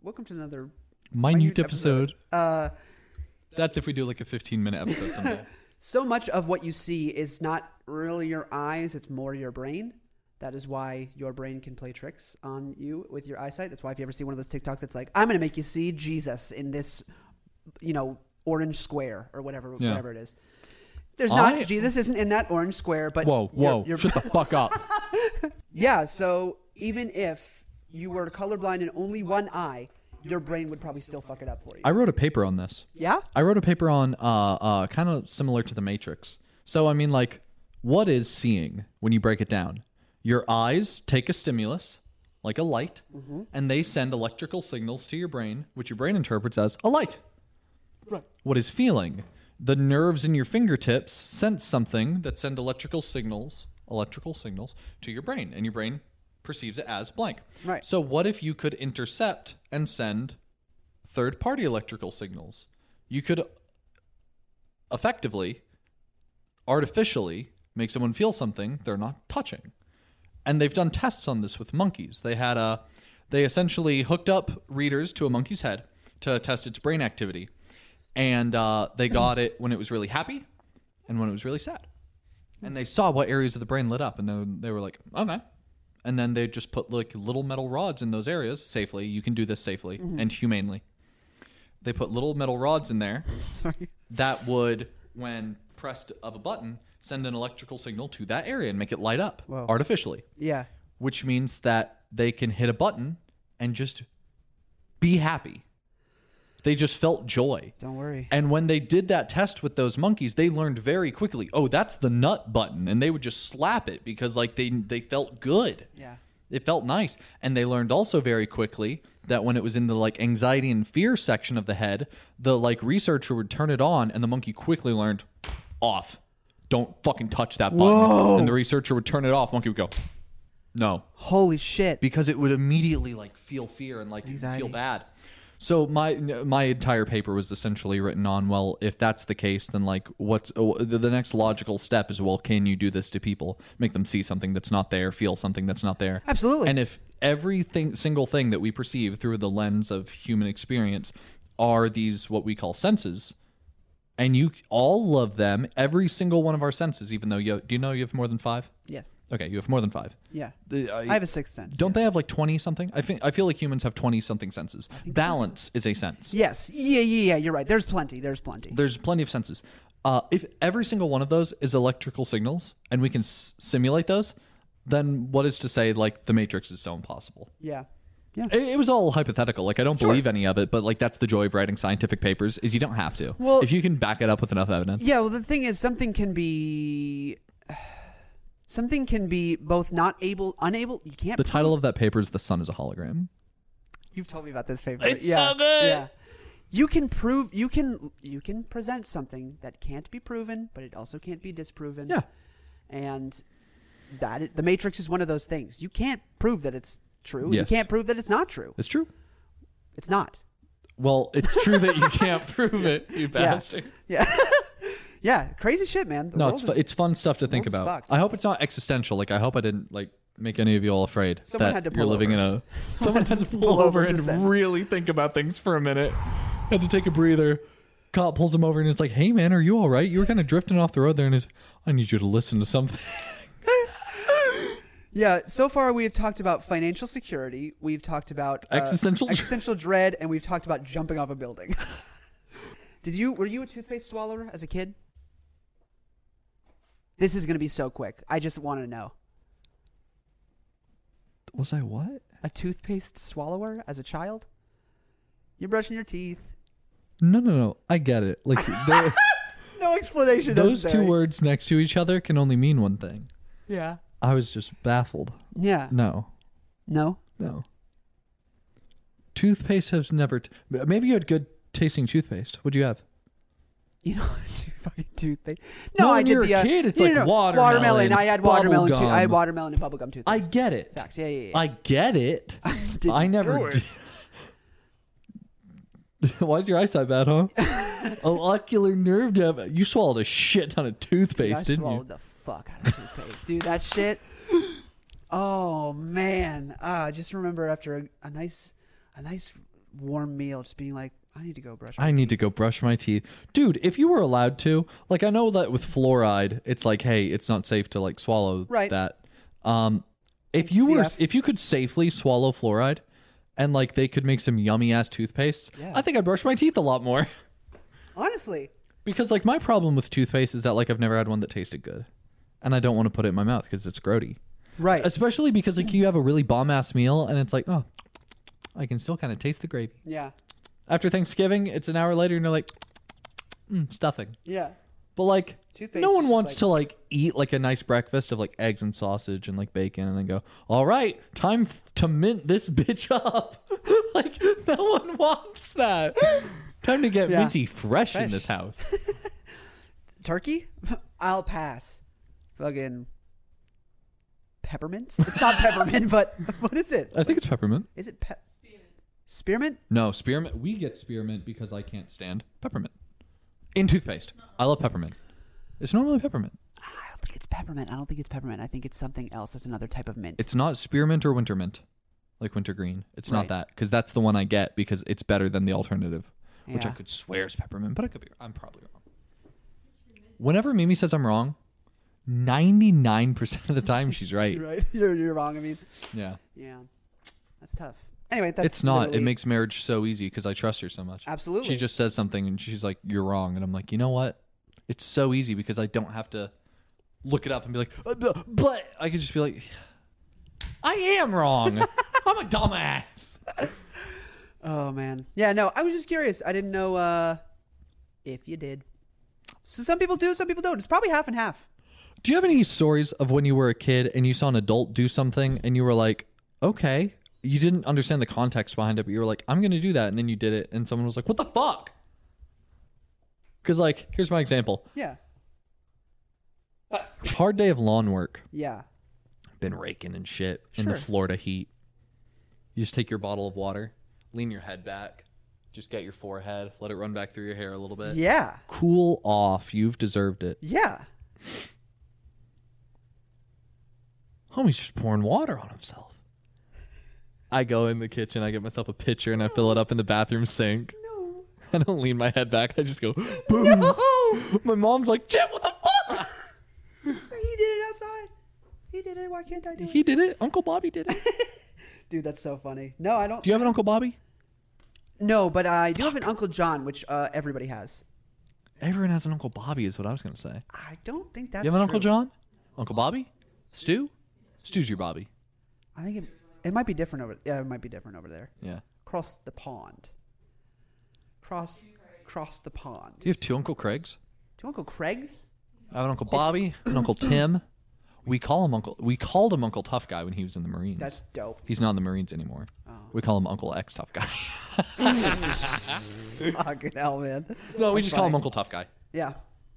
A: Welcome to another
C: Minute, episode.
A: Uh,
C: That's if we do like a 15 minute episode someday.
A: so much of what you see is not really your eyes; it's more your brain. That is why your brain can play tricks on you with your eyesight. That's why if you ever see one of those TikToks, it's like I'm going to make you see Jesus in this, you know, orange square or whatever,
C: Yeah.
A: whatever it is. There's not
C: I-
A: Jesus isn't in that orange square, but
C: whoa,
A: your-
C: whoa,
A: your-
C: shut the fuck up.
A: Yeah, so even if you were colorblind in only one eye, your brain would probably still fuck it up for you.
C: I wrote a paper on this.
A: yeah?
C: I wrote a paper on uh, uh, kind of similar to the Matrix. So I mean, like, what is seeing when you break it down? Your eyes take a stimulus, like a light,
A: Mm-hmm.
C: and they send electrical signals to your brain, which your brain interprets as a light.
A: Right.
C: What is feeling? The nerves in your fingertips sense something that send electrical signals, electrical signals to your brain, and your brain perceives it as blank.
A: Right.
C: So what if you could intercept and send third party electrical signals? You could effectively artificially make someone feel something they're not touching. And they've done tests on this with monkeys. They had a They essentially hooked up readers to a monkey's head to test its brain activity, and uh, they got it when it was really happy and when it was really sad. And they saw what areas of the brain lit up, and then they were like, okay. And then they just put like little metal rods in those areas safely. You can do this safely and humanely. They put little metal rods in there
A: Sorry.
C: that would, when pressed of a button, send an electrical signal to that area and make it light up
A: Whoa.
C: artificially,
A: Yeah.
C: which means that they can hit a button and just be happy. They just felt joy.
A: Don't worry.
C: And when they did that test with those monkeys, they learned very quickly, oh, that's the nut button. And they would just slap it because like they they felt good.
A: Yeah.
C: It felt nice. And they learned also very quickly that when it was in the like anxiety and fear section of the head, the like researcher would turn it on and the monkey quickly learned off. Don't fucking touch that button.
A: Whoa.
C: And the researcher would turn it off. Monkey would go, No
A: Holy shit.
C: because it would immediately like feel fear and like
A: Anxiety.
C: feel bad. So my my entire paper was essentially written on well, if that's the case, then like what oh, the, the next logical step is well, can you do this to people, make them see something that's not there, feel something that's not there,
A: Absolutely.
C: And if everything single thing that we perceive through the lens of human experience are these what we call senses, and you all of them, every single one of our senses, even though you do you know you have more than five?
A: yes.
C: Okay, you have more than five.
A: Yeah.
C: The- uh,
A: I have a sixth sense.
C: don't they have like 20 something? I think I feel like humans have 20 something senses. Balance is a sense.
A: Yes. Yeah, yeah, yeah. You're right. There's plenty. There's plenty.
C: There's plenty of senses. Uh, if every single one of those is electrical signals and we can s- simulate those, then what is to say like the matrix is so impossible?
A: yeah. Yeah.
C: It, it was all hypothetical. Like I don't believe any of it, but like that's the joy of writing scientific papers is you don't have to.
A: Well-
C: if you can back it up with enough evidence.
A: Yeah, well, the thing is, something can be, something can be both not able, unable. You can't.
C: The title of that paper is "The Sun is a Hologram."
A: You've told me about this favorite. It's yeah, so good. Yeah, you can prove, you can, you can present something that can't be proven, but it also can't be disproven.
C: Yeah.
A: and that i- the Matrix is one of those things. You can't prove that it's true.
C: Yes.
A: You can't prove that it's not true.
C: It's true.
A: It's not.
C: Well, it's true that you can't prove it, you bastard.
A: Yeah, yeah. Crazy shit, man. The
C: No,
A: world
C: it's, fu-
A: is-
C: it's fun stuff to think
A: world's
C: about.
A: fucked.
C: I hope it's not existential. Like I hope I didn't like make any of you all afraid
A: Someone
C: that
A: had to
C: you're
A: pull
C: living
A: over.
C: in a. Someone, had to pull,
A: over
C: over
A: just then.
C: and really think about things for a minute. had to take a breather. Cop pulls him over and it's like, "Hey man, are you all right? You were kind of drifting off the road there." And he's, "I need you to listen to something."
A: Yeah, so far we have talked about financial security, we've talked about uh,
C: Existential dr-
A: existential dread, and we've talked about jumping off a building. Did you were you a toothpaste swallower as a kid? This is going to be so quick. I just want to know.
C: Was I what?
A: A toothpaste swallower as a child? You're brushing your teeth.
C: No, no, no. I get it. Like the-
A: No explanation.
C: those two
A: necessary.
C: words next to each other can only mean one thing.
A: Yeah.
C: I was just baffled.
A: Yeah.
C: No.
A: No.
C: No. Toothpaste has never. T- maybe you had good tasting toothpaste. What'd you have?
A: You know, fucking toothpaste. No,
C: No,
A: I
C: when
A: did
C: you're a
A: the uh,
C: kid, it's
A: no,
C: like
A: no, no.
C: watermelon,
A: I had watermelon.
C: bubble
A: Too- I had
C: gum.
A: watermelon and bubblegum toothpaste.
C: I get it.
A: Facts. Yeah, yeah, yeah.
C: I get it.
A: didn't
C: I never.
A: do it.
C: d- Why is your eyesight bad, huh? Ocular nerve damage. You swallowed a shit ton of toothpaste,
A: I
C: didn't
A: swallowed
C: you?
A: the fuck out of toothpaste, dude. That shit. Oh man, ah, I just remember after a, a nice, a nice warm meal, just being like, I need to go brush. my
C: I need to go brush my teeth, dude. If you were allowed to, like, I know that with fluoride, it's like, hey, it's not safe to like swallow
A: Right.
C: that. Um, if you were,
A: CF.
C: if you could safely swallow fluoride, and like they could make some yummy ass toothpastes,
A: Yeah.
C: I think I'd brush my teeth a lot more.
A: teeth." Honestly,
C: Because like my problem with toothpaste is that like I've never had one that tasted good, and I don't want to put it in my mouth because it's grody.
A: right?
C: Especially because like you have a really bomb ass meal and it's like oh, I can still kind of taste the gravy.
A: yeah,
C: After Thanksgiving, it's an hour later and you're like mm, stuffing.
A: yeah.
C: But like
A: Toothpaste
C: no
A: is
C: one
A: just
C: wants
A: like-
C: to like eat like a nice breakfast of like eggs and sausage and like bacon and then go all right time f- to mint this bitch up. like no one wants that. time to get
A: Yeah.
C: minty fresh, in this house.
A: Turkey, I'll pass. Fucking peppermint. It's not peppermint, but what is it?
C: I think it's peppermint.
A: Is it pe- spearmint?
C: No, spearmint. We get spearmint because I can't stand peppermint in toothpaste. I love peppermint. It's normally peppermint.
A: I don't think it's peppermint. I don't think it's peppermint. I think it's something else. It's another type of mint.
C: It's not spearmint or winter mint. like wintergreen. It's
A: Right.
C: not that because that's the one I get because it's better than the alternative, which I
A: Yeah.
C: could swear is peppermint, but I could be. I'm probably wrong. Whenever Mimi says I'm wrong, ninety nine percent of the time she's right.
A: right. You're, you're wrong. I mean,
C: Yeah,
A: yeah, that's tough. Anyway, that's
C: it's not. It
A: literally-
C: makes marriage so easy because I trust her so much.
A: Absolutely.
C: She just says something and she's like, "You're wrong," and I'm like, "You know what? It's so easy because I don't have to look it up and be like, "Uh, bu- but I could just be like, I am wrong. I'm a dumbass."
A: Oh man. Yeah. No, I was just curious. I didn't know uh, if you did. So some people do, some people don't. It's probably half and half.
C: Do you have any stories of when you were a kid and you saw an adult do something and you were like, okay, you didn't understand the context behind it, but you were like, I'm going to do that. And then you did it. And someone was like, what the fuck? Because, like, here's my example
A: Yeah.
C: hard day of lawn work,
A: Yeah.
C: been raking and shit in the
A: Sure.
C: Florida heat. You just take your bottle of water, lean your head back, just get your forehead, let it run back through your hair a little bit.
A: Yeah.
C: Cool off. You've deserved it.
A: Yeah.
C: Homie's just pouring water on himself. I go in the kitchen, I get myself a pitcher, and I fill it up in the bathroom sink.
A: No.
C: I don't lean my head back, I just go boom. My mom's like, Jim, what the fuck?
A: He did it outside. He did it. Why can't I do it?
C: He did it. Uncle Bobby did it.
A: Dude, that's so funny. No, I don't.
C: Do you have an Uncle Bobby?
A: No, but I do have an Uncle John, which uh, everybody has.
C: Everyone has an Uncle Bobby, is what I was gonna say.
A: I don't think that's
C: You have an Uncle
A: true.
C: John? Uncle Bobby? Stu? Stu's your Bobby.
A: I think it, it might be different over. Yeah, it might be different over there.
C: Yeah.
A: Cross the pond. Cross, cross the pond.
C: Do you have two Uncle Craigs?
A: To Uncle Craig's.
C: I have an Uncle Bobby, an Uncle Tim. We call him Uncle we called him Uncle Tough Guy when he was in the Marines.
A: That's dope.
C: He's not in the Marines anymore. We call him Uncle X Tough Guy.
A: Fucking hell, man.
C: no, we just call him Uncle Tough Guy.
A: Yeah,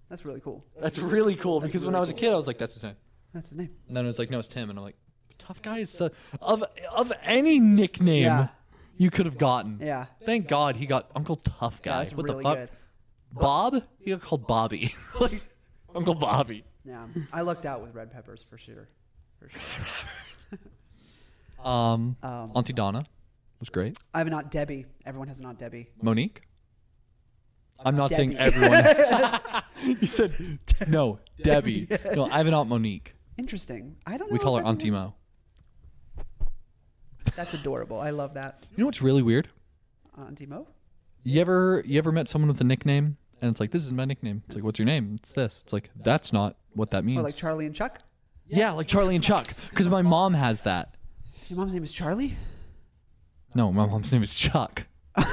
A: that's really cool.
C: That's really cool because when I was a kid, I was like, "That's his name,"
A: That's his name.
C: and then it was like, "No, it's Tim," and I'm like, "Tough Guy is so, of of any nickname
A: Yeah.
C: you could have gotten."
A: Yeah.
C: Thank God he got Uncle Tough Guy.
A: that's
C: what
A: really
C: the fuck?
A: good.
C: Bob? He got called Bobby. like Uncle Bobby.
A: Yeah, I lucked out with red peppers for sure. For sure.
C: Um,
A: Um,
C: Auntie Donna was great.
A: I have an aunt Debbie. Everyone has an aunt Debbie.
C: Monique. I'm not saying
A: Debbie.
C: everyone. you said no, Debbie. No, I have an aunt Monique.
A: Interesting. I don't know.
C: We call
A: if
C: her Auntie
A: everyone-
C: Mo.
A: That's adorable. I love that. Uh,
C: You know what's really weird?
A: Auntie Mo?
C: You ever you ever met someone with a nickname and it's like this is my nickname. It's like what's your name? It's this. It's like that's not what that means.
A: Or Oh, like Charlie and Chuck?
C: yeah, like Charlie and Chuck because my mom has that.
A: Your mom's name is Charlie?
C: No, my mom's name is Chuck.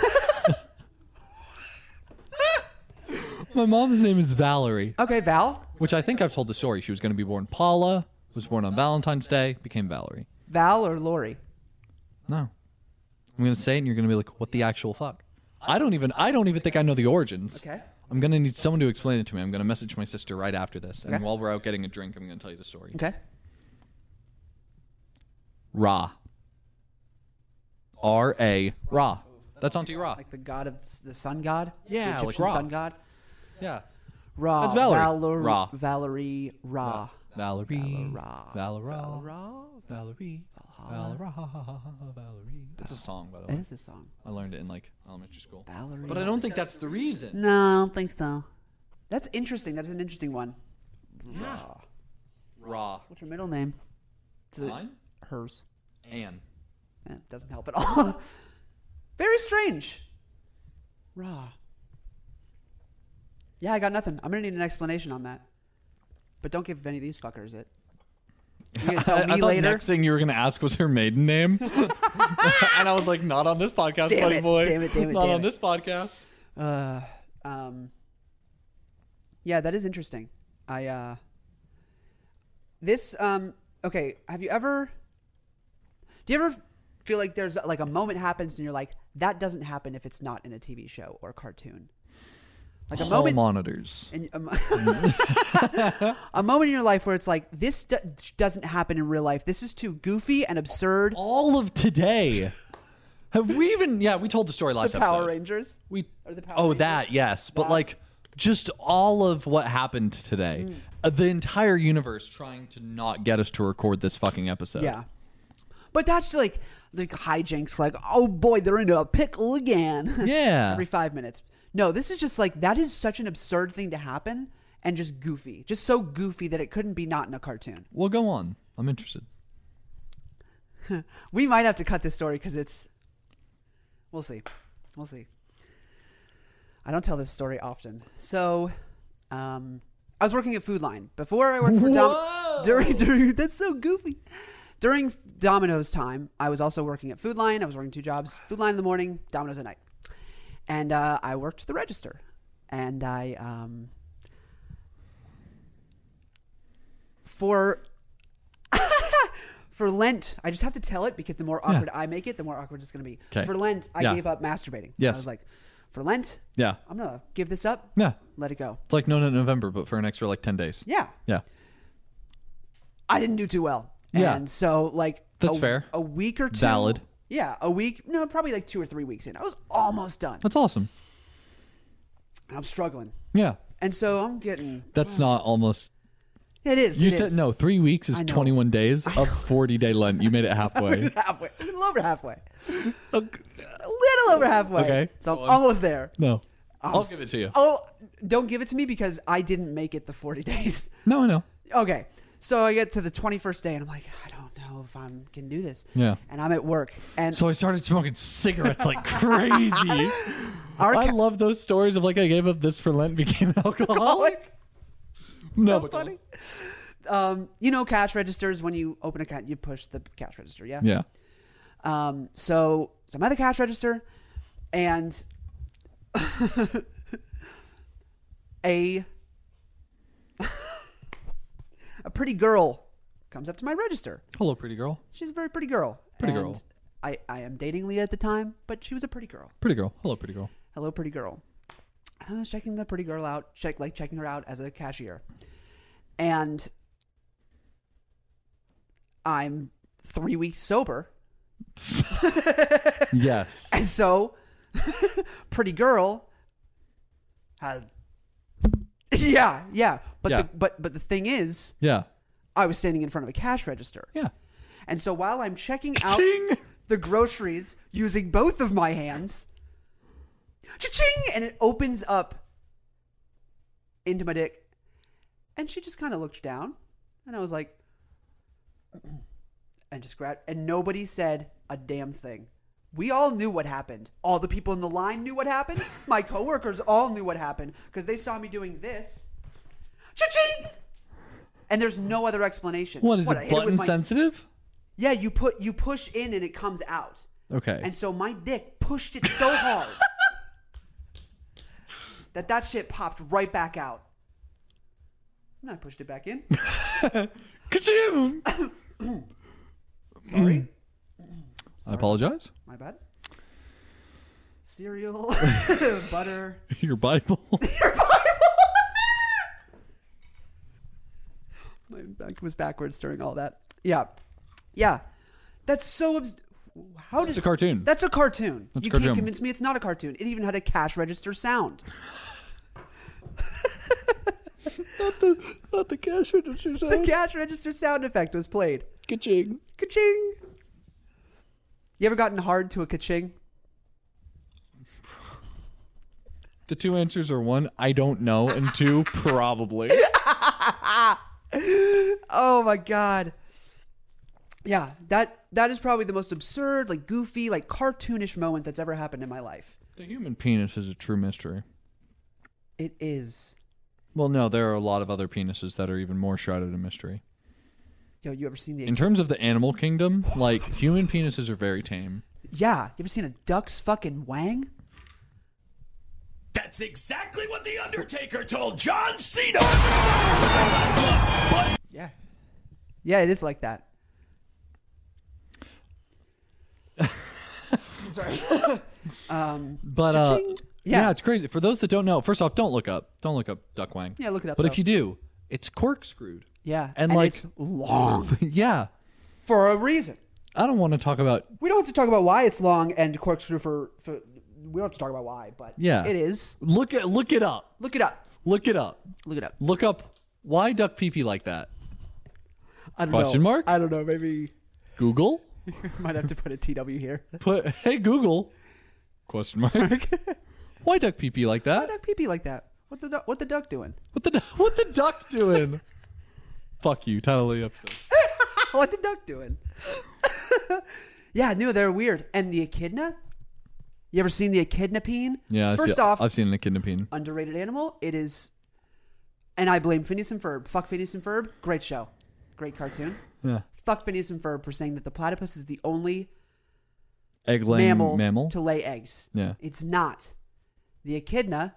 C: my mom's name is Valerie,
A: Okay, Val.
C: which I think I've told the story. She was going to be born Paula, was born on Valentine's Day, became Valerie.
A: Val or Lori?
C: No. I'm going to say it and you're going to be like what the actual fuck? I don't even I don't even think I know the origins.
A: Okay.
C: I'm gonna need someone to explain it to me. I'm gonna message my sister right after this, and
A: Okay.
C: while we're out getting a drink, I'm gonna tell you the story.
A: Okay.
C: Ra. R A Ra. That's Auntie Ra.
A: Like the god of the sun god?
C: Yeah,
A: The
C: like
A: Egyptian
C: Ra.
A: sun god?
C: Yeah.
A: Ra.
C: That's Valerie.
A: Valor-
C: Ra.
A: Valerie Ra.
C: Valerie.
A: Valera.
C: Valera.
A: Ra.
C: Valerie. Valera. Valerie. That's a song, by the
A: That
C: way.
A: is a song.
C: I learned it in like elementary school.
A: Valerie.
C: But I don't think that's the reason.
A: No, I don't think so. That's interesting. That is an interesting one. Ra.
C: Ra.
A: What's her middle name? Does it-
C: Mine?
A: hers.
C: Anne.
A: That doesn't help at all. Very strange. Ra. Yeah, I got nothing. I'm gonna need an explanation on that. But don't give any of these fuckers it. You're gonna tell
C: I, I
A: me
C: thought
A: later.
C: next thing you were gonna ask was her maiden name, and I was like, "Not on this podcast,
A: Damn
C: buddy
A: it,
C: boy.
A: damn it, damn it,
C: Not
A: damn
C: on
A: it."
C: this podcast."
A: Uh, um, yeah, that is interesting. I uh, this um, okay. Have you ever? Do you ever feel like there's like a moment happens and you're like, that doesn't happen if it's not in a TV show or cartoon. Like a
C: Hall
A: moment,
C: monitors.
A: in, a, mo- a moment in your life where it's like this do- doesn't happen in real life. This is too goofy and absurd.
C: All of today. Have we even? Yeah, we told the story last
A: The Power
C: episode.
A: Rangers.
C: We.
A: Or the Power
C: oh,
A: Rangers.
C: that yes, but like just all of what happened today.
A: Mm.
C: Uh, The entire universe trying to not get us to record this fucking episode.
A: Yeah. But that's like like hijinks. Like, oh boy, they're into a pickle again.
C: Yeah.
A: Every five minutes. No, this is just like that is such an absurd thing to happen and just goofy, just so goofy that it couldn't be not in a cartoon.
C: well, go on. I'm interested.
A: We might have to cut this story because it's. We'll see. We'll see. I don't tell this story often. So, um, I was working at Food Line before I worked for Dom-
C: Whoa!
A: during during that's so goofy. During Domino's time, I was also working at Food Line. I was working two jobs: Food Line in the morning, Domino's at night. And uh, I worked the register, and I um, for for Lent, I just have to tell it because the more awkward I make it, the more awkward it's going to be.
C: 'Kay.
A: For Lent, I
C: Yeah.
A: gave up masturbating.
C: Yes.
A: I was like, for Lent,
C: Yeah.
A: I'm going to give this up,
C: Yeah.
A: let it go.
C: It's like no, no, November, but for an extra like 10 days.
A: Yeah.
C: Yeah.
A: I didn't do too well.
C: Yeah.
A: And so, like,
C: That's
A: a,
C: fair.
A: A week or two.
C: Valid.
A: Yeah. A week, no, probably like two or three weeks in. I was almost done.
C: That's awesome.
A: And I'm struggling.
C: Yeah.
A: And so I'm getting.
C: That's not almost.
A: It is.
C: You
A: it
C: said
A: is.
C: no. Three weeks is
A: know.
C: 21 days of 40 day Lent. You made it halfway.
A: Halfway. A little over halfway. A little over halfway.
C: Okay.
A: So I'm almost there.
C: no. I'll
A: s-
C: give it to you.
A: Oh, don't give it to me because I didn't make it the 40 days.
C: No, I know.
A: Okay. So I get to the 21st day and I'm like, I don't know if I can do this.
C: Yeah.
A: And I'm at work. And
C: So I started smoking cigarettes like crazy.
A: our
C: I
A: ca-
C: love those stories of like I gave up this for Lent, became an alcoholic.
A: Alcoholic.
C: no,
A: so
C: but go on.
A: funny. Um, you know, cash registers, when you open a account, you push the cash register. Yeah.
C: Yeah.
A: Um, so, so I'm at the cash register and a, a pretty girl comes up to my register.
C: Hello, pretty girl.
A: She's a very pretty girl.
C: Pretty
A: And
C: girl.
A: I, I am dating Leah at the time, but she was a pretty girl.
C: Pretty girl. Hello, pretty girl.
A: Hello, pretty girl. And I was checking the pretty girl out, check like checking her out as a cashier. And I'm three weeks sober.
C: yes.
A: And so pretty girl had Yeah, yeah. But
C: Yeah.
A: the but but the thing is,
C: Yeah.
A: I was standing in front of a cash register.
C: Yeah.
A: And so while I'm checking out
C: Ching.
A: the groceries using both of my hands, cha-ching, and it opens up into my dick. And she just kind of looked down, and I was like, and just grabbed, and nobody said a damn thing. We all knew what happened. All the people in the line knew what happened. My coworkers all knew what happened because they saw me doing this. Cha-ching! And there's no other explanation.
C: What is
A: I
C: it?
A: hit with
C: Button
A: my-
C: sensitive?
A: yeah, you put you push in and it comes out.
C: Okay.
A: And so my dick pushed it so hard that that shit popped right back out. And I pushed it back in.
C: Ka-ching!
A: Sorry,
C: I apologize.
A: my bad. Cereal, butter.
C: Your Bible.
A: My back was backwards during all that. Yeah, yeah. That's so. Obs- how does
C: a cartoon.
A: That's a cartoon.
C: That's a
A: you
C: cartoon.
A: can't convince me it's not a cartoon. It even had a cash register sound.
C: not the not the cash register
A: The
C: sound.
A: cash register sound effect was played.
C: Ka-ching.
A: Ka-ching. You ever gotten hard to a ka-ching?
C: The two answers are one, I don't know, and two, probably.
A: Oh my god. Yeah, that that is probably the most absurd, like goofy, like cartoonish moment that's ever happened in my life.
C: the human penis is a true mystery.
A: It is.
C: Well, no, there are a lot of other penises that are even more shrouded in mystery.
A: Yo, you ever seen the
C: In terms of the animal kingdom, like human penises are very tame.
A: Yeah, you ever seen a duck's fucking wang?
D: That's exactly what The Undertaker told John Cena. But
A: Yeah. Yeah, it is like that. I'm sorry. um
C: But uh,
A: Cha-ching.
C: yeah.
A: Yeah.
C: it's crazy. For those that don't know, first off, don't look up. Don't look up duck wang.
A: Yeah, look it up,
C: But if
A: though.
C: you do, it's corkscrewed.
A: yeah,
C: And, like-
A: it's long
C: yeah,
A: for a reason.
C: I don't want to talk about.
A: We don't have to talk about why it's long and corkscrew for, for we don't have to talk about why, but
C: Yeah.
A: it is.
C: Look at look it up.
A: Look it up.
C: Look it up.
A: Look it up.
C: Look up why duck pee pee like that.
A: I don't
C: Question
A: know.
C: mark?
A: I don't know. Maybe
C: Google.
A: Might have to put a TW here.
C: Put hey Google question mark. Why duck pee pee like that?
A: Duck pee pee like that. What the du- what the duck doing?
C: What the du- what the duck doing? Fuck you, title of the episode.
A: what the duck doing? yeah, no, they're weird. And the echidna. You ever seen the echidna peen?
C: Yeah. I've
A: First
C: seen-
A: off,
C: I've seen an echidna peen.
A: underrated animal. It is, and I blame Phineas and Ferb. Fuck Phineas and Ferb. Great show, great cartoon.
C: Yeah.
A: Fuck Phineas and Ferb for saying that the platypus is the only
C: Egg laying
A: mammal,
C: mammal. mammal.
A: to lay eggs.
C: Yeah.
A: It's not. The echidna,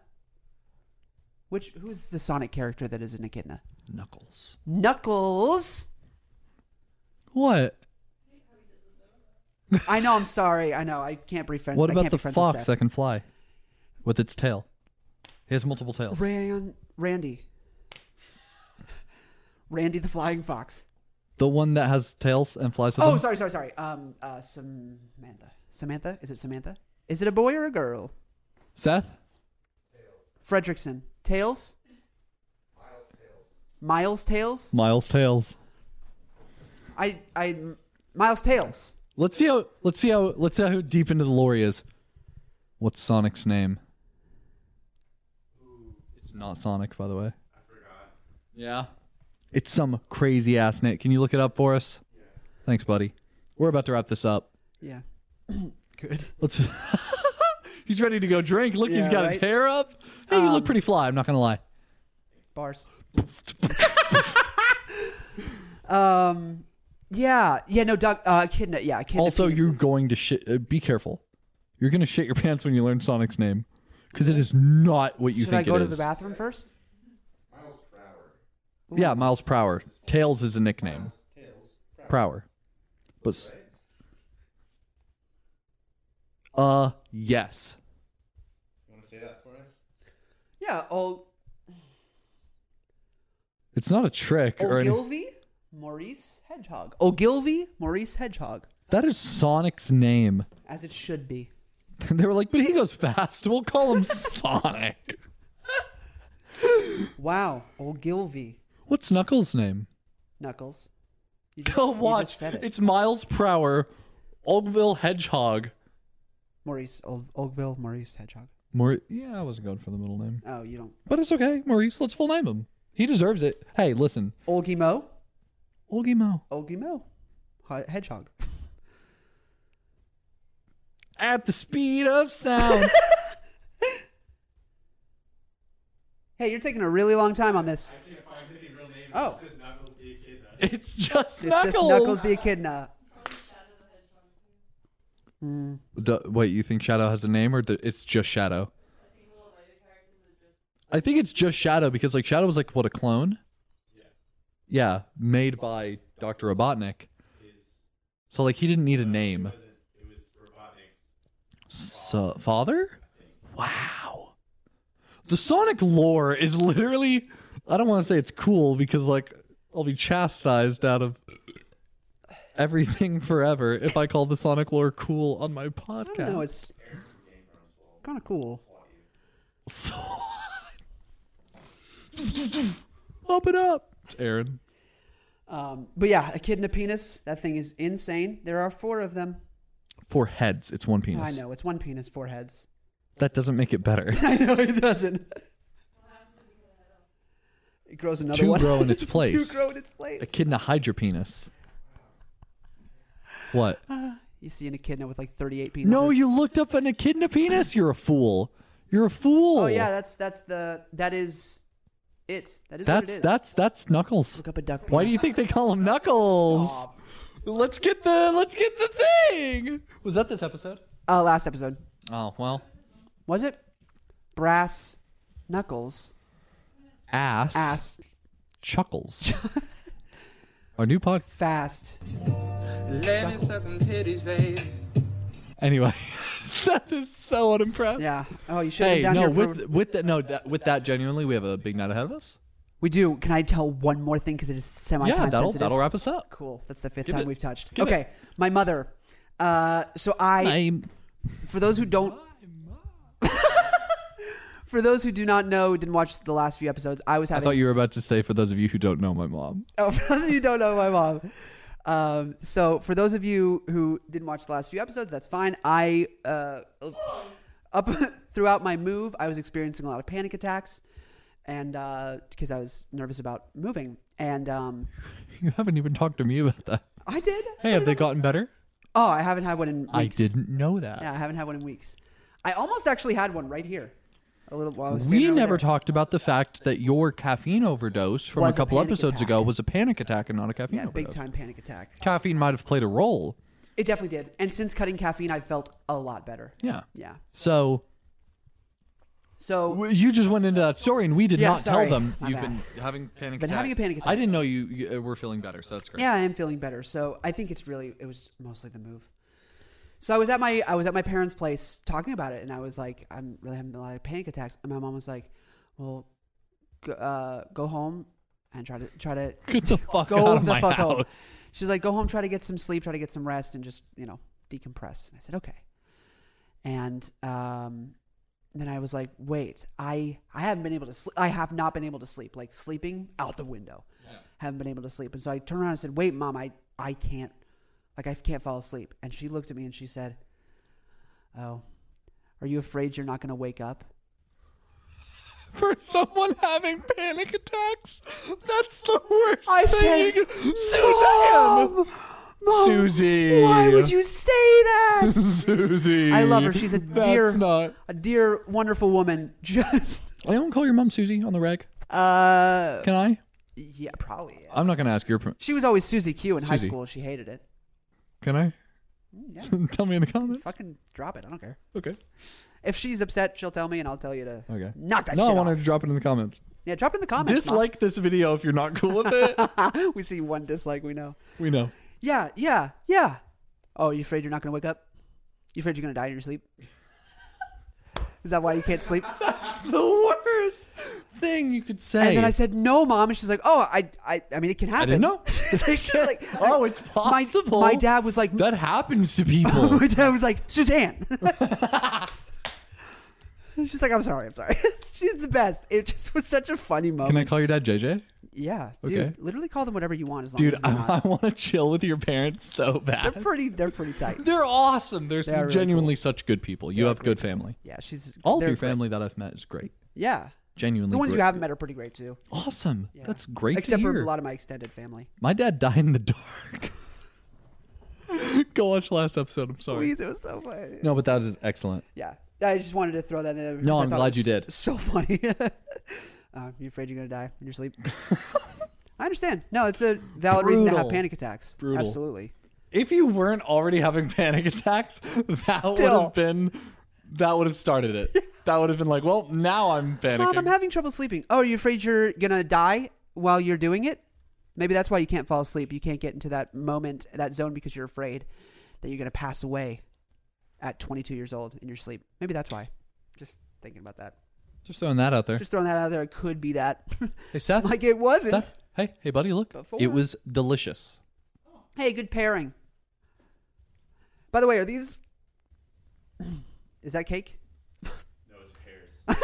A: which who's the Sonic character that is an echidna?
C: Knuckles.
A: Knuckles.
C: What?
A: I know. I'm sorry. I know. I can't be friends.
C: What
A: I
C: about
A: can't
C: the
A: be friends
C: fox
A: with
C: that can fly with its tail? It has multiple tails.
A: Seth. Ran- Randy. Randy the flying fox.
C: The one that has tails and flies with
A: Oh,
C: them?
A: sorry, sorry, sorry. Um, uh, Samantha. Samantha. Is it Samantha? Is it a boy or a girl?
C: Seth?
A: Fredrickson. Tails. Miles Tails.
C: Miles tails.
A: I, I, Miles Tails.
C: Let's see how let's see how let's see how deep into the lore he is. What's Sonic's name? It's not Sonic, by the way. I forgot. Yeah. It's some crazy ass name. Can you look it up for us? Yeah. Thanks, buddy. We're about to wrap this up.
A: Yeah. Good.
C: Let's He's ready to go drink. Look, he's
A: Yeah,
C: got
A: right? Um,
C: his hair up. Hey, you look pretty fly, I'm not gonna lie.
A: Bars. um. Yeah. Yeah. No. Doug. Uh. Kidna. Yeah. Kidna
C: Also, you're
A: penises.
C: going to shit. Uh, be careful. You're going to shit your pants when you learn Sonic's name, because it is not what you
A: Should I
C: think
A: go
C: it
A: to the
C: is.
A: bathroom first?
C: yeah, Miles Prower. Tails is a nickname. Prower. But. s- Uh, yes.
B: You want to say that for us?
A: Yeah. Old
C: It's not a trick or any-
A: Ogilvy, Maurice Hedgehog. Ogilvy, Maurice Hedgehog,
C: that is Sonic's name.
A: as it should be.
C: they were like, but he goes fast. We'll call him Sonic.
A: Wow. Ogilvy.
C: What's Knuckles' name?
A: Knuckles. You
C: Go
A: you
C: watch.
A: said it.
C: It's Miles Prower, Ogville Hedgehog.
A: Maurice. Og- Ogilvy, Maurice Hedgehog.
C: Maurice. Yeah, I wasn't going for the middle name,
A: Oh, you don't.
C: but it's okay. Maurice, let's full name him. He deserves it. Hey, listen,
A: Olgie Mo.
C: Olgie Mo.
A: Olgie Mo. H- Hedgehog.
C: At the speed of sound.
A: Hey, you're taking a really long time on this.
B: I can't find any real name.
A: Oh.
B: This is Knuckles the Echidna.
C: it's
A: It's
C: just Knuckles.
A: just Knuckles the Echidna.
C: Du- wait, you think Shadow has a name, or th- it's just Shadow? I think it's just Shadow because like Shadow was like what a clone. Yeah, made by Doctor Robotnik. So like he didn't need a name. So, father? Wow. The Sonic lore is literally. I don't want to say it's cool because like I'll be chastised out of everything forever if I call the Sonic lore cool on my
A: I
C: podcast.
A: don't know. It's kind of cool.
C: So Up it up. It's Aaron.
A: Um, but yeah, echidna penis. That thing is insane. There are four of them.
C: Four heads. It's one penis.
A: I know. It's one penis, four heads.
C: That doesn't make it better.
A: I know it doesn't. It grows another
C: Two
A: one.
C: grow in its
A: Two
C: place.
A: grow in its place.
C: Echidna hide your penis. What?
A: You see an echidna with like 38 penises.
C: No, you looked up an echidna penis? You're a fool. You're a fool.
A: Oh yeah, that's that's the that is it. That is what it
C: that's
A: is.
C: that's that's Knuckles.
A: look up a duck.
C: Why do you
A: penis.
C: think they call him Knuckles?
A: Stop.
C: Let's get the let's get the thing. Was that this episode?
A: Uh, last episode
C: Oh well.
A: was it? Brass knuckles
C: Ass.
A: ass
C: Chuckles. Our new pod.
A: fast.
E: Let me suck some titties, babe.
C: Anyway, Seth is so unimpressed.
A: Yeah. Oh, you should have
C: Hey,
A: been down
C: no,
A: here for.
C: with with that, no, that, with that, genuinely, we have a big night ahead of us.
A: We do. Can I tell one more thing because it is semi
C: Yeah,
A: time
C: that'll
A: sensitive?
C: that'll wrap us up.
A: Cool. That's the fifth
C: Give
A: time
C: it-
A: we've touched.
C: give it.
A: okay. My mother. Uh, so I,
C: I'm
A: for those who don't, for those who do not know, didn't watch the last few episodes. I was
C: I
A: having.
C: thought you were about to say for those of you who don't know my mom.
A: oh, for those of you who don't know my mom, Um, so for those of you who didn't watch the last few episodes, that's fine. I uh, up throughout my move, I was experiencing a lot of panic attacks, and because I was nervous about moving, and um,
C: You haven't even talked to me about that.
A: I did.
C: Hey, have they gotten better?
A: Oh, I haven't had one in weeks.
C: I didn't know that.
A: Yeah, I haven't had one in weeks. I almost actually had one right here. A little while I was standing
C: We
A: over
C: never
A: there.
C: talked about the fact that your caffeine overdose from
A: Was a
C: a couple
A: panic
C: episodes
A: attack.
C: ago was a panic attack and not a caffeine
A: Yeah,
C: overdose.
A: big time panic attack.
C: Caffeine might have played a role.
A: It definitely did. And since cutting caffeine, I've felt a lot better.
C: Yeah.
A: Yeah.
C: So
A: So
C: w- you just went into that story and we did
A: Oh. Yeah,
C: not
A: sorry.
C: tell them
A: My
C: you've
A: bad.
C: been having panic
A: Been
C: attacks.
A: having a panic
C: I didn't
A: attacks.
C: know you, you uh, were feeling better, so that's great.
A: Yeah, I am feeling better. So I think it's really it was mostly the move. So I was at my I was at my parents' place talking about it, and I was like, I'm really having a lot of panic attacks. And my mom was like, Well, go, uh, go home and try to try to
C: Get the fuck
A: go
C: out of
A: the
C: my
A: fuck
C: house.
A: home. She was like, Go home, try to get some sleep, try to get some rest, and just you know decompress. And I said, Okay. And um, then I was like, Wait, I I haven't been able to sleep. I have not been able to sleep. Like sleeping out the window haven't been able to sleep. And so I turned around and said, "Wait, mom, I I can't, like I can't fall asleep." And she looked at me and she said, "Oh, are you afraid you're not going to wake up?"
C: For someone having panic attacks, that's the worst
A: I
C: thing.
A: said,
C: you can- Suzanne!
A: "Mom, mom,
C: Susie.
A: why would you say that?"
C: Susie.
A: I love her. She's a
C: That's
A: dear,
C: not-
A: a dear, wonderful woman. Just,
C: Anyone call your mom Susie on the reg?
A: uh,
C: Can I?
A: yeah, probably. yeah.
C: I'm not gonna ask your. per-
A: She was always Susie Q in high
C: Susie.
A: school. She hated it.
C: Can I? Tell me in the comments.
A: Fucking drop it. I don't care.
C: Okay.
A: If she's upset, she'll tell me, and I'll tell you to
C: Okay.
A: knock that
C: No,
A: shit
C: I want
A: off.
C: to drop it in the comments.
A: Yeah, drop it in the comments. Mom.
C: Dislike this video if you're not cool with it.
A: we see one dislike, we know.
C: we know.
A: Yeah, yeah, yeah. Oh, you afraid you're not going to wake up? You afraid you're going to die in your sleep? Is that why you can't sleep?
C: The worst thing you could say.
A: And then I said, "No, mom." And she's like, "Oh, I, I, I mean, it can happen."
C: didn't know.
A: she's like, she's like,
C: "Oh, it's
A: My-
C: possible."
A: My, dad was like,
C: that happens to people.
A: my dad was like, Suzanne. she's like, "I'm sorry, I'm sorry." she's the best. It just was such a funny moment.
C: Can I call your dad JJ?
A: yeah, dude.
C: Okay.
A: Literally call them whatever you want as long
C: Dude,
A: as they're
C: I,
A: not.
C: I want to chill with your parents so bad.
A: They're pretty. They're pretty tight.
C: They're awesome. They're,
A: They are really
C: genuinely such good people. You have good family.
A: Yeah, she's
C: All of
A: they're
C: your
A: great.
C: family that I've met is great.
A: Yeah.
C: Genuinely
A: The ones you
C: great.
A: haven't met are pretty great too.
C: Awesome. That's great.
A: Except
C: to
A: for
C: hear.
A: a lot of my extended family.
C: My dad died in the dark. Go watch last episode. I'm sorry.
A: Please, it was so funny.
C: No, but that is excellent.
A: Yeah. I just wanted to throw that in there. because
C: No,
A: I
C: I'm
A: thought it
C: glad you
A: was
C: did.
A: So funny. uh, you afraid you're going to die in your sleep? I understand. No, it's a valid reason to have
C: Brutal.
A: panic attacks.
C: Brutal.
A: Absolutely.
C: If you weren't already having panic attacks, that would
A: Still.
C: have been that would have started it. that would have been like, well, now I'm panicking.
A: Mom, I'm having trouble sleeping. Oh, are you afraid you're going to die while you're doing it? Maybe that's why you can't fall asleep. You can't get into that moment, that zone, because you're afraid that you're going to pass away at 22 years old in your sleep. Maybe that's why. Just thinking about that.
C: Just throwing that out there.
A: Just throwing that out there. It could be that.
C: hey, Seth.
A: like it wasn't.
C: Seth. Hey, hey, buddy, look.
A: Before.
C: It was delicious.
A: Hey, good pairing. By the way, are these? Is that cake?
B: No, it's pears.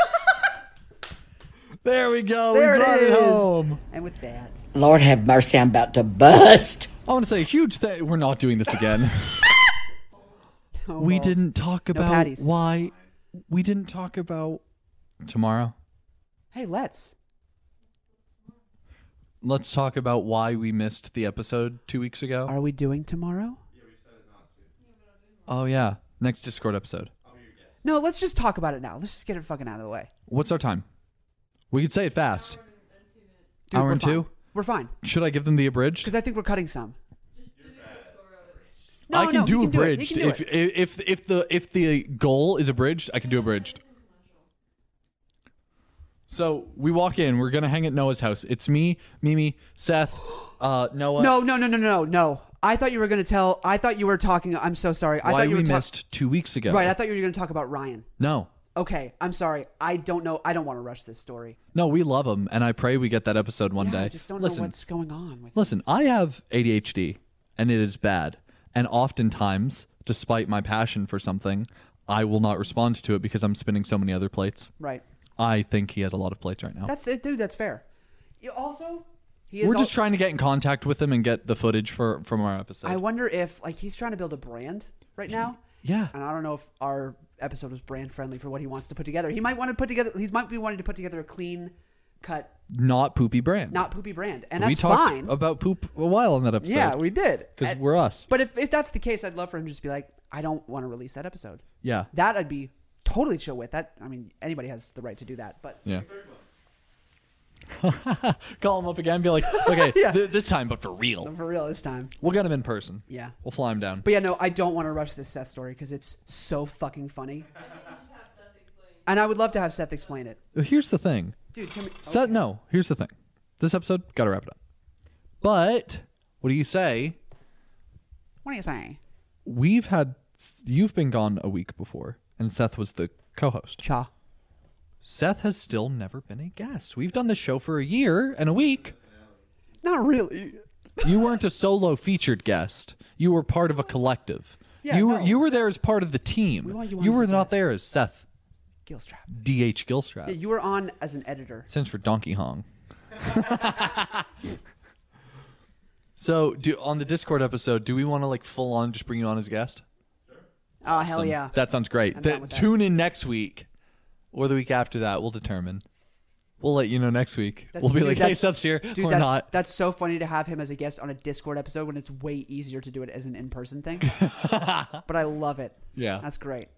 C: There we go.
A: There it
C: we brought it,
A: is.
C: home.
A: And with that,
F: Lord have mercy, I'm about to bust.
C: I want to say a huge thank. We're not doing this again.
A: Oh,
C: we
A: balls.
C: didn't talk about
A: patties.
C: why. We didn't talk about tomorrow.
A: Hey, let's.
C: Let's talk about why we missed the episode two weeks ago.
A: Are we doing tomorrow?
C: Oh yeah, next Discord episode.
A: No, let's just talk about it now. Let's just get it fucking out of the way.
C: What's our time? We could say it fast.
A: Dude,
C: Hour
A: we're
C: and
A: fine.
C: two?
A: We're fine
C: Should I give them the abridged?
A: because I think we're cutting some. No,
C: I can
A: no,
C: do
A: you can
C: abridged
A: Do it. You can do it.
C: if if if the if the goal is abridged, I can do abridged. So we walk in. We're gonna hang at Noah's house. It's me, Mimi, Seth, uh, Noah.
A: No, no, no, no, no, no. I thought you were gonna tell. I thought you were talking. I'm so sorry. I
C: why
A: thought you
C: we
A: were ta-
C: missed two weeks ago?
A: Right, I thought you were gonna talk about Ryan.
C: no,
A: Okay, I'm sorry. I don't know. I don't want to rush this story.
C: no, we love him, and I pray we get that episode one
A: Yeah,
C: day.
A: I just don't
C: Listen,
A: know what's going on with.
C: Listen, I have ADHD and it is bad. And oftentimes, despite my passion for something, I will not respond to it because I'm spinning so many other plates.
A: Right.
C: I think he has a lot of plates right now.
A: That's it, dude. That's fair. You also, he He is
C: We're
A: all-
C: just trying to get in contact with him and get the footage for from our episode.
A: I wonder if like he's trying to build a brand right now.
C: yeah.
A: And I don't know if our episode was brand friendly for what he wants to put together. He might want to put together. He might be wanting to put together a clean cut,
C: Not poopy brand.
A: not poopy brand, and
C: we
A: that's
C: talked
A: fine.
C: about poop a while on that episode.
A: yeah, we did.
C: because
A: And-
C: we're us.
A: But if if that's the case, I'd love for him to just be like, I don't want to release that episode.
C: Yeah.
A: That I'd be totally chill with. That I mean, anybody has the right to do that. But
C: Yeah. Call him up again. Be like, okay,
A: Yeah.
C: th- this time, but for real.
A: for real, this time.
C: We'll get him in person.
A: Yeah.
C: We'll fly him down.
A: But yeah, no, I don't want to rush this Seth story because it's so fucking funny. And I would love to have Seth explain it.
C: Here's the thing.
A: Dude, can we,
C: Seth, no. Here's the thing. This episode got to wrap it up. But what do you say?
A: what are you saying?
C: We've had you've been gone a week before, and Seth was the co-host.
A: Cha.
C: Seth has still never been a guest. We've done the show for a year and a week.
A: Not really.
C: You weren't a solo featured guest. You were part of a collective.
A: Yeah,
C: you were
A: no.
C: you were there as part of the team.
A: want you
C: you
A: on as
C: were
A: a
C: not
A: guest.
C: there as Seth
A: Gilstrap.
C: D.H. Gilstrap.
A: Yeah, you were on as an editor.
C: stands for Donkey Hong. so, do on the Discord episode, do we want to like full on just bring you on as a guest?
A: Oh hell yeah!
C: that sounds great.
A: down
C: Th-
A: with that.
C: tune in next week or the week after that. We'll determine. We'll let you know next week.
A: That's-
C: we'll be
A: dude,
C: like, hey,
A: that's-
C: Seth's here
A: Dude,
C: or
A: that's
C: not.
A: that's so funny to have him as a guest on a Discord episode when it's way easier to do it as an in-person thing. but I love it.
C: Yeah.
A: that's great.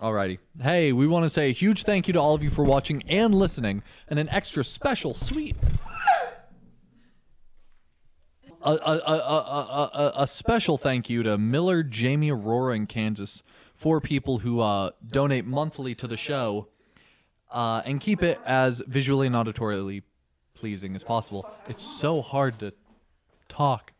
C: Alrighty. Hey, we want to say a huge thank you to all of you for watching and listening, and an extra special sweet. A, a, a, a, a, a- a special thank you to Miller, Jamie, Aurora, and Kansas, four people who uh, donate monthly to the show uh, and keep it as visually and auditorily pleasing as possible. It's so hard to talk.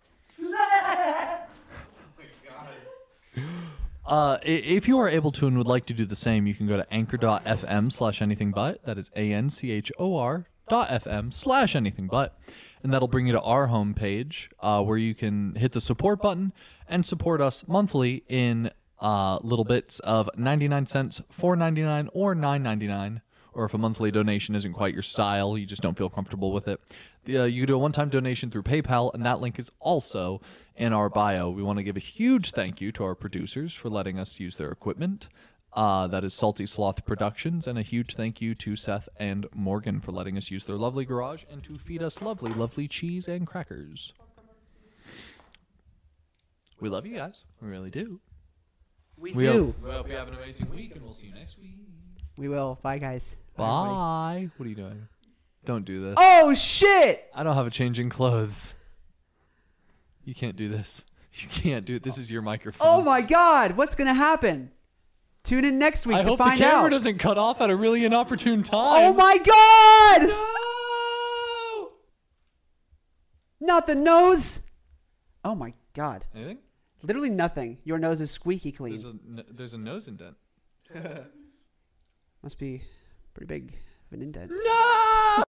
C: Uh, i- if you are able to and would like to do the same, you can go to anchor.fm slash anything but. That is A N C H O R dot FM slash anything but. And that'll bring you to our homepage uh, where you can hit the support button and support us monthly in uh, little bits of 99 cents, 4.99, or 9.99. Or if a monthly donation isn't quite your style, you just don't feel comfortable with it, uh, you can do a one time donation through PayPal, and that link is also in our bio. We want to give a huge thank you to our producers for letting us use their equipment. Uh, that is Salty Sloth Productions, and a huge thank you to Seth and Morgan for letting us use their lovely garage and to feed us lovely, lovely cheese and crackers. We love you guys. We really do.
A: We,
C: We
A: do.
C: hope, we hope you have an amazing week, and we'll see you next week.
A: We will. Bye, guys. everybody.
C: Bye. What are you doing? Don't do this.
A: Oh shit!
C: I don't have a change in clothes. You can't do this. You can't do it. This is your microphone.
A: Oh my god! What's gonna happen? Tune in next week
C: I
A: to
C: hope
A: find
C: the camera
A: out.
C: doesn't cut off at a really inopportune
A: Oh
C: time.
A: my god!
C: No!
A: Not the nose. Oh my god!
C: Anything?
A: Literally nothing. Your nose is squeaky
C: There's
A: clean.
C: a n- there's a nose indent.
A: Must be pretty big of an indent.
C: No!